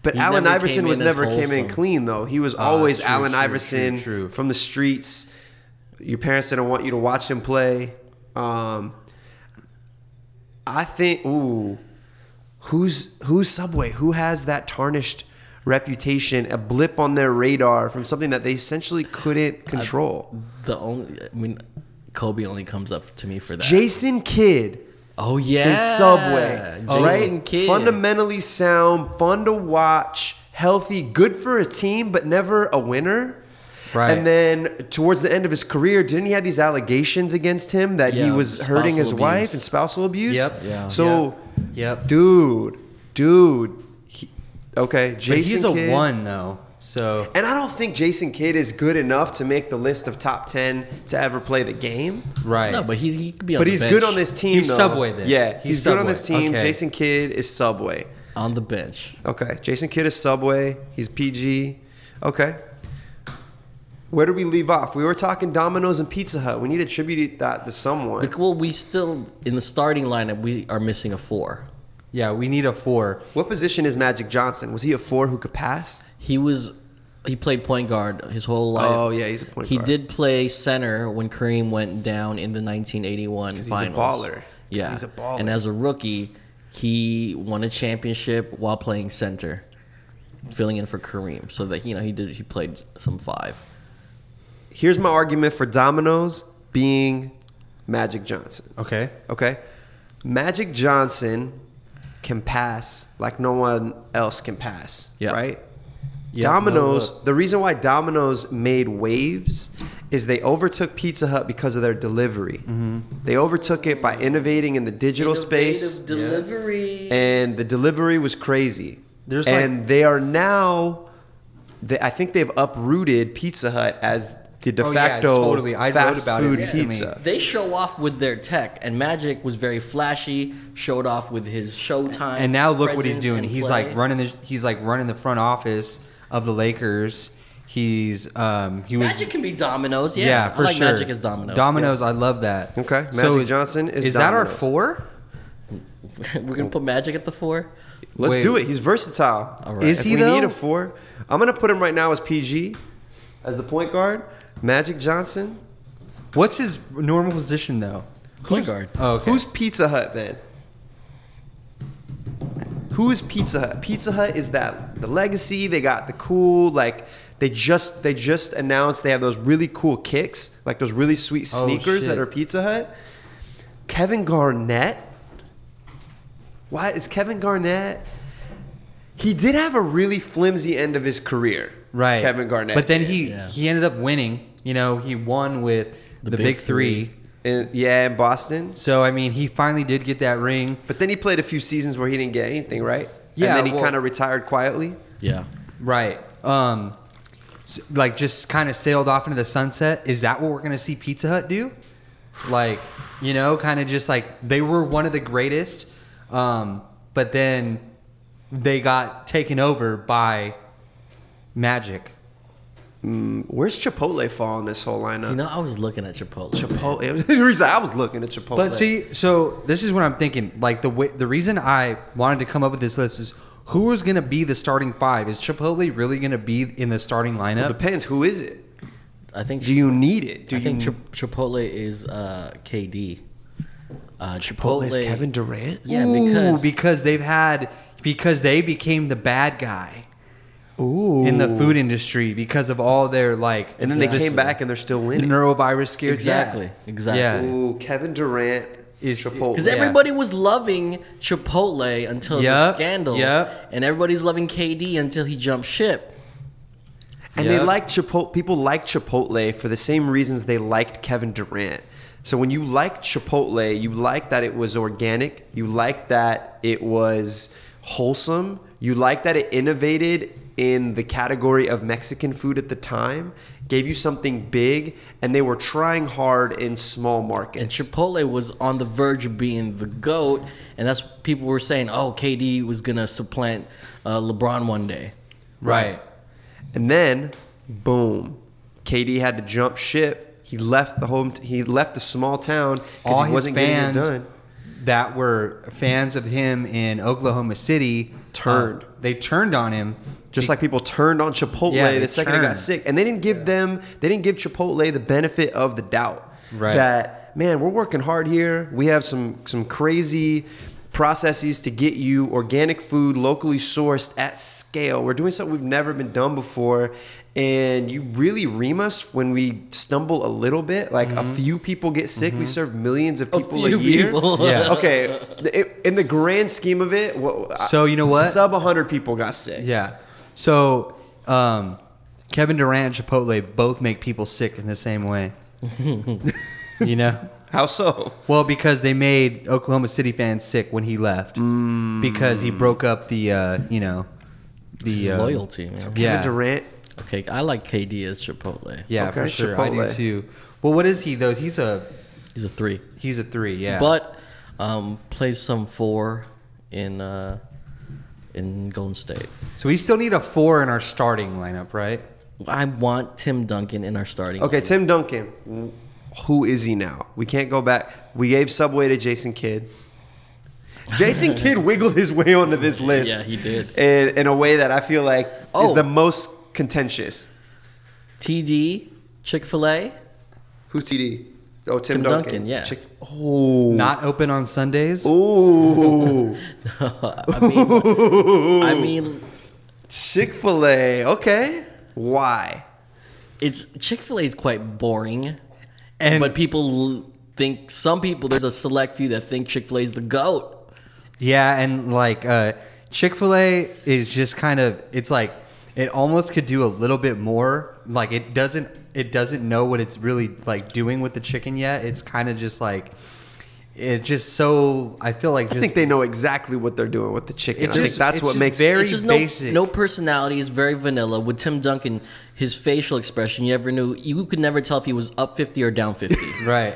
A: But
C: He
A: Allen
C: never
A: Iverson
C: came
A: was
C: in as
A: never came in
C: wholesome. Ah,
A: clean though. He was always
B: true,
A: Allen
B: true,
A: Iverson
B: true, true.
A: from the streets. Your parents didn't want you to watch him play. Um, I think ooh, who's who's Subway? Who has that tarnished reputation, a blip on their radar from something that they essentially couldn't control?
C: The only, I mean, Kobe only comes up to me for that.
A: Jason Kidd
C: oh yeah,
A: is Subway,
C: Jason
A: right?
C: Kidd.
A: Fundamentally sound, fun to watch, healthy, good for a team, but never a winner.
B: Right.
A: And then towards the end of his career, didn't he have these allegations against him that he
C: Yeah,
A: was hurting his
C: spousal
A: wife
C: abuse.
A: and spousal abuse?
B: Yep. Yeah.
A: So,
B: Yep.
A: dude, dude, he, okay,
B: But
A: Jason.
B: he's a
A: Kidd-
B: one though, so
A: and I don't think Jason Kidd is good enough to make the list of top ten to ever play the game.
B: right.
C: No, but he's he could be on
A: But
C: the
A: he's
C: bench.
A: good on this team.
B: He's
A: though.
B: Subway then.
A: Yeah, he's,
B: He's
A: good on
B: Subway.
A: this team.
B: Okay.
A: Jason Kidd is Subway.
C: on the bench.
A: Okay, Jason Kidd is Subway. He's PG. Okay. Where do we leave off? We were talking Domino's and Pizza Hut. We need to attribute that to someone.
C: Like, well, we still in the starting lineup. We are missing a four.
B: yeah, we need a four.
A: What position is Magic Johnson? Was he a four who could pass?
C: He was he played point guard his whole life.
A: Oh, yeah, he's a point
C: he
A: guard.
C: did play center when Kareem went down in the 1981
A: he's a
C: finals.
A: baller.
C: Yeah,
A: He's a baller.
C: And as a rookie, he won a championship while playing center, filling in for Kareem. So that you know he did he played some five.
A: Here's my argument for Domino's being Magic Johnson.
B: Okay.
A: Okay. Magic Johnson can pass like no one else can pass.
C: Yeah.
A: Right?
B: Yeah,
A: Domino's,
B: no,
A: the reason why Domino's made waves is they overtook Pizza Hut because of their delivery.
B: Mm-hmm.
A: They overtook it by innovating in the digital space,
C: delivery.
A: and the delivery was crazy.
B: There's
A: and they are now, they, I think they've uprooted Pizza Hut as the de
B: Oh, yeah,
A: facto
B: totally. I wrote
A: fast
B: about it
A: food
B: recently.
A: pizza.
C: They show off with their tech, and Magic was very flashy. Showed off with his showtime.
B: And now look what he's
C: presence
B: doing.
C: and
B: He's
C: play.
B: like running the he's like running the front office of the Lakers. He's um he was
C: Magic can be dominoes. Yeah,
B: yeah, for
C: I like
B: sure.
C: Magic as dominoes.
B: Dominoes, I love that.
A: Okay, Magic Johnson is
B: is that our
A: Dominoes.
B: four?
C: We're gonna put Magic at the four.
A: Let's
B: Wait.
A: do it. He's versatile.
C: All right.
B: Is
A: if
B: he
A: we
B: though?
A: need a four, I'm gonna put him right now as PG, as the point guard. Magic Johnson.
B: What's his normal position though?
C: Point guard.
B: Oh, okay.
A: Who's Pizza Hut then? Who is Pizza Hut? Pizza Hut is that the legacy. They got the cool like they just they just announced they have those really cool kicks, like those really sweet
B: Oh,
A: sneakers that
B: shit.
A: are Pizza Hut. Kevin Garnett. Why is Kevin Garnett? He did have a really flimsy end of his career.
B: right?
A: Kevin Garnett.
B: But then he
C: Yeah.
B: he ended up winning. You know, he won with the, big,
C: big
B: three.
A: In- yeah, in Boston.
B: So I mean, he finally did get that ring.
A: But then he played a few seasons where he didn't get anything, right?
B: Yeah,
A: And then he
B: well-
A: kind of retired quietly.
C: Yeah.
B: Right. Um, s- like just kind of sailed off into the sunset. Is that what we're gonna see Pizza Hut do? Like, you know, kind of just like they were one of the greatest, um, but then they got taken over by Magic.
A: Where's Chipotle fall in this whole lineup?
C: You know, I was looking at Chipotle.
A: Chipotle. the reason I was looking at Chipotle.
B: But see, so this is what I'm thinking. Like the way, the reason I wanted to come up with this list is who is going to be the starting five? Is Chipotle really going to be in the starting lineup?
A: depends. Who is it?
C: I think.
A: Do you need it? Do
C: I
A: you
C: think Chip- Chipotle is uh, KD. Uh,
A: Chipotle is Kevin Durant?
C: Yeah,
B: Ooh,
C: because
B: they've had because they became the bad guy
A: Ooh.
B: in the food industry because of all their like
A: and then they came back and they're still winning.
B: neurovirus scared
C: exactly, exactly.
B: Yeah.
A: Ooh, Kevin Durant
B: Is-
A: Chipotle.
C: Because
B: Yeah.
C: everybody was loving Chipotle until
B: Yup,
C: the scandal.
B: yup.
C: And everybody's loving KD until he jumped ship.
A: and
B: Yeah.
A: they like Chipotle. People like Chipotle for the same reasons they liked Kevin Durant. So when you like Chipotle, you like that it was organic. You like that it was wholesome. You like that it innovated in the category of Mexican food at the time, gave you something big, and they were trying hard in small markets.
C: And Chipotle was on the verge of being the GOAT. And that's people were saying, oh, KD was going to supplant uh, LeBron one day.
B: Right.
A: And then, boom, KD had to jump ship. He left the home. He left the small town
B: All
A: because he
B: his
A: wasn't getting
B: fans
A: it done.
B: that were fans of him in Oklahoma City
A: Turned.
B: uh, they turned on him.
A: Just like people turned on Chipotle
B: Yeah, they
A: the second it got
B: turned.
A: sick, and they didn't give them, they didn't give Chipotle the benefit of the doubt.
D: Right.
A: That man, we're working hard here. We have some some crazy processes to get you organic food, locally sourced at scale. We're doing something we've never been done before, and you really ream us when we stumble a little bit. Like
B: Mm-hmm.
A: a few people get sick, we serve millions of people a,
C: few
A: year.
C: people.
D: Yeah.
A: Okay. It- in the grand scheme of it, wha-
B: So, you know what?
A: Sub 100 people got sick.
B: Yeah. So um, Kevin Durant and Chipotle both make people sick in the same way. you know?
A: How so?
B: Well, because they made Oklahoma City fans sick when he left
A: Mm.
B: because he broke up the uh, you know the uh,
C: loyalty. Man.
B: Yeah.
A: Kevin Durant.
C: Okay, I like KD as Chipotle.
B: Yeah,
A: Okay,
B: for sure. I
A: Chipotle.
B: do too. Well, what is he though? He's a
C: He's a three,
B: he's a three. Yeah.
C: but um, plays some four in uh, in Golden State.
B: so we still need a four in our starting lineup, right?
C: I want Tim Duncan in our starting.
A: Okay,
C: lineup.
A: Tim Duncan. Who is he now? We can't go back. We gave Subway to Jason Kidd. Jason Kidd wiggled his way onto this list.
C: Yeah, he did.
A: In, in a way that I feel like is
C: Oh.
A: the most contentious.
C: TD Chick Fil A.
A: Who's TD? Oh, Tim,
C: Tim
A: Duncan.
C: Duncan, yeah.
A: Chick- oh.
B: Not open on Sundays.
A: Ooh.
C: I mean, I mean,
A: Chick fil A. Okay. Why?
C: it's Chick Fil A is quite boring,
B: And-
C: but people l- think some people. There's a select few that think Chick Fil A is the goat.
B: Yeah, and like uh, Chick Fil A is just kind of it's like it almost could do a little bit more. Like it doesn't it doesn't know what it's really like doing with the chicken yet. It's kind of just like it's just so I feel like just
A: I think they know exactly what they're doing with the chicken.
B: It
A: I think
B: just-
A: that's
B: it's
A: what
B: just
A: makes
B: very
C: it's just no
B: basic.
C: no personality. It's very vanilla. With Tim Duncan, his facial expression, you ever knew you could never tell if he was up fifty or down fifty.
B: right.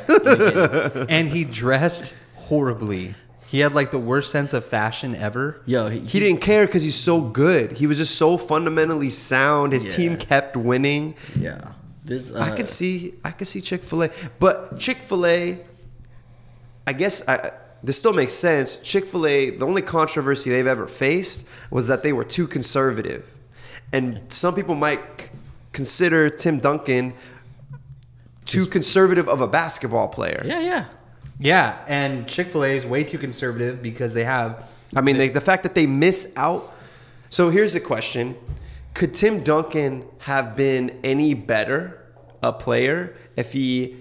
B: and he dressed horribly. He had like the worst sense of fashion ever.
C: Yo, he,
A: He didn't care because he's so good. He was just so fundamentally sound. His
C: Yeah.
A: team kept winning.
C: yeah. This uh,
A: I could see, I could see Chick Fil A, but Chick Fil A, I guess I, this still makes sense. Chick Fil A, the only controversy they've ever faced was that they were too conservative, and some people might c- consider Tim Duncan too conservative of a basketball player.
C: yeah, yeah.
B: Yeah, and Chick Fil A is way too conservative because they have
A: I mean, they, the fact that they miss out. So here's the question: Could Tim Duncan have been any better a player if he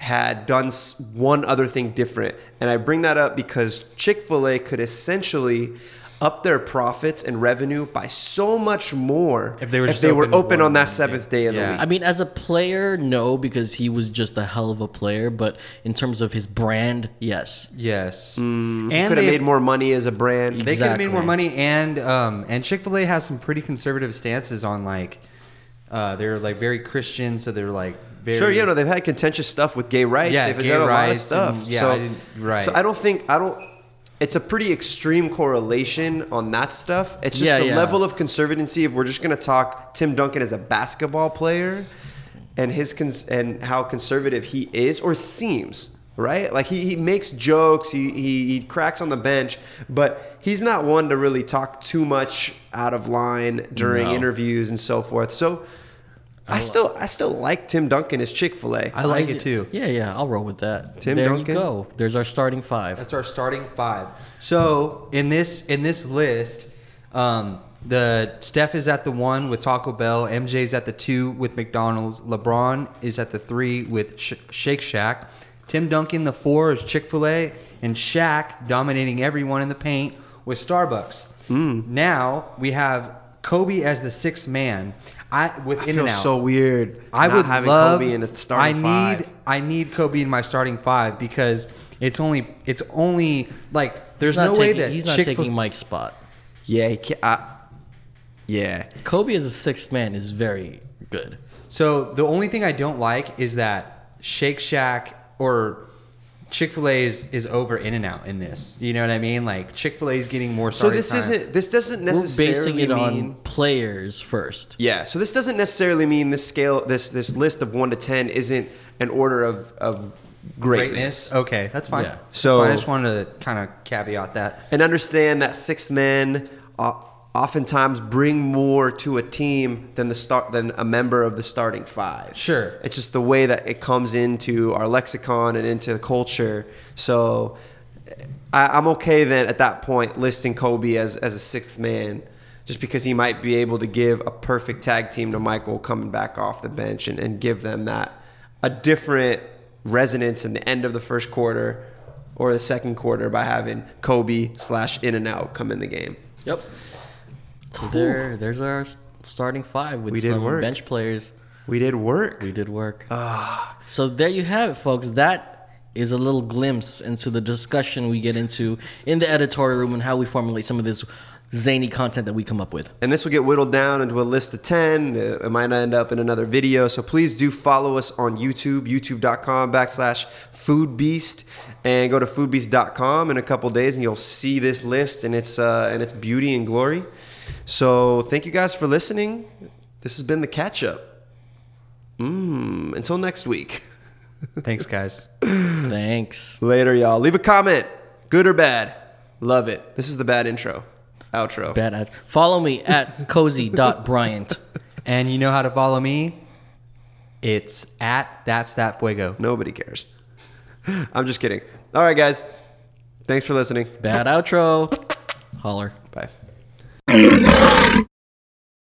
A: had done s- one other thing different? And I bring that up because Chick Fil A could essentially up their profits and revenue by so much more
B: If they were
A: if
B: just
A: they were
B: open
A: open
B: one
A: on that
B: day.
A: seventh day of the
B: Yeah.
A: week.
C: I mean, as a player, no, because he was just a hell of a player. But in terms of his brand, yes.
B: yes,
A: Could
B: Mm. and
A: have
B: they
A: made more money as a brand.
B: They could have made more
C: Exactly.
B: money, and um, and Chick Fil A has some pretty conservative stances on like, uh, they're like very Christian, so they're like very
A: Sure, yeah, no, they've had contentious stuff with gay rights.
B: Yeah,
A: they've
B: gay
A: done a lot of
B: rights and-
A: stuff.
B: yeah,
A: so,
B: I didn't- right.
A: So I don't think I don't. It's a pretty extreme correlation on that stuff. It's just
C: Yeah,
A: the
C: yeah.
A: level of conservatancy. If we're just going to talk Tim Duncan as a basketball player, and his cons- and how conservative he is or seems, right? Like he, he makes jokes, he, he he cracks on the bench, but he's not one to really talk too much out of line during
C: No.
A: interviews and so forth. So. I still, I still like Tim Duncan as Chick Fil A.
B: I like it too.
C: Yeah, yeah. I'll roll with that.
A: Tim
C: there
A: Duncan?
C: you go. There's our starting five.
B: That's our starting five. So in this in this list, um, the Steph is at the one with Taco Bell, MJ's at the two with McDonald's, LeBron is at the three with Sh- Shake Shack, Tim Duncan the four is Chick Fil A, and Shaq dominating everyone in the paint with Starbucks.
A: Hmm.
B: Now we have Kobe as the sixth man. I with
A: I
B: In
A: feel
B: and Out.
A: so weird.
B: I
A: not
B: would
A: having
B: love.
A: Kobe in a starting
B: I need.
A: five.
B: I need Kobe in my starting five because it's only. It's only like there's
C: He's not
B: no way
C: taking-
B: that
C: he's not
B: Chick-fil-
C: taking Mike's spot.
A: Yeah, he can't, I, yeah.
C: Kobe as a sixth man is very good.
B: So the only thing I don't like is that Shake Shack or Chick Fil A is, is over In and Out in this. You know what I mean? Like Chick Fil A is getting more.
A: So
B: Starting
A: this
B: time.
A: isn't. This doesn't
C: We're
A: necessarily
C: basing it
A: mean.
C: on players first.
A: Yeah. So this doesn't necessarily mean this scale, this this list of one to ten isn't an order of of greatness.
E: Okay, that's fine.
C: Yeah.
E: That's
A: So-
E: fine. I just wanted to kind of caveat that.
A: and understand that six men uh, oftentimes bring more to a team than the start than a member of the starting five.
E: Sure.
A: it's just the way that it comes into our lexicon and into the culture. So I, I'm okay then at that point listing Kobe as as a sixth man. Just because he might be able to give a perfect tag team to Michael coming back off the bench and, and give them that a different resonance in the end of the first quarter or the second quarter by having Kobe slash In and Out come in the game.
C: Yep. So there, there's our s- starting five with
A: We did
C: some
A: work.
C: bench players.
A: We did work.
C: We did work. so there you have it, folks. That is a little glimpse into the discussion we get into in the editorial room and how we formulate some of this zany content that we come up with.
A: And this will get whittled down into a list of 10. Uh, It might end up in another video. So please do follow us on YouTube, youtube.com backslash foodbeast. And go to foodbeast.com in a couple days and you'll see this list and its, uh, and its beauty and glory. So thank you guys for listening. This has been The Catch Up. Mm, until next week.
E: Thanks, guys.
C: Thanks.
A: Later, y'all. Leave a comment, good or bad. Love it. This is the bad intro, outro.
C: Bad ad. Follow me at cozy.bryant.
E: and you know how to follow me? It's at that's that fuego.
A: Nobody cares. I'm just kidding. All right, guys. Thanks for listening.
C: Bad outro. Holler.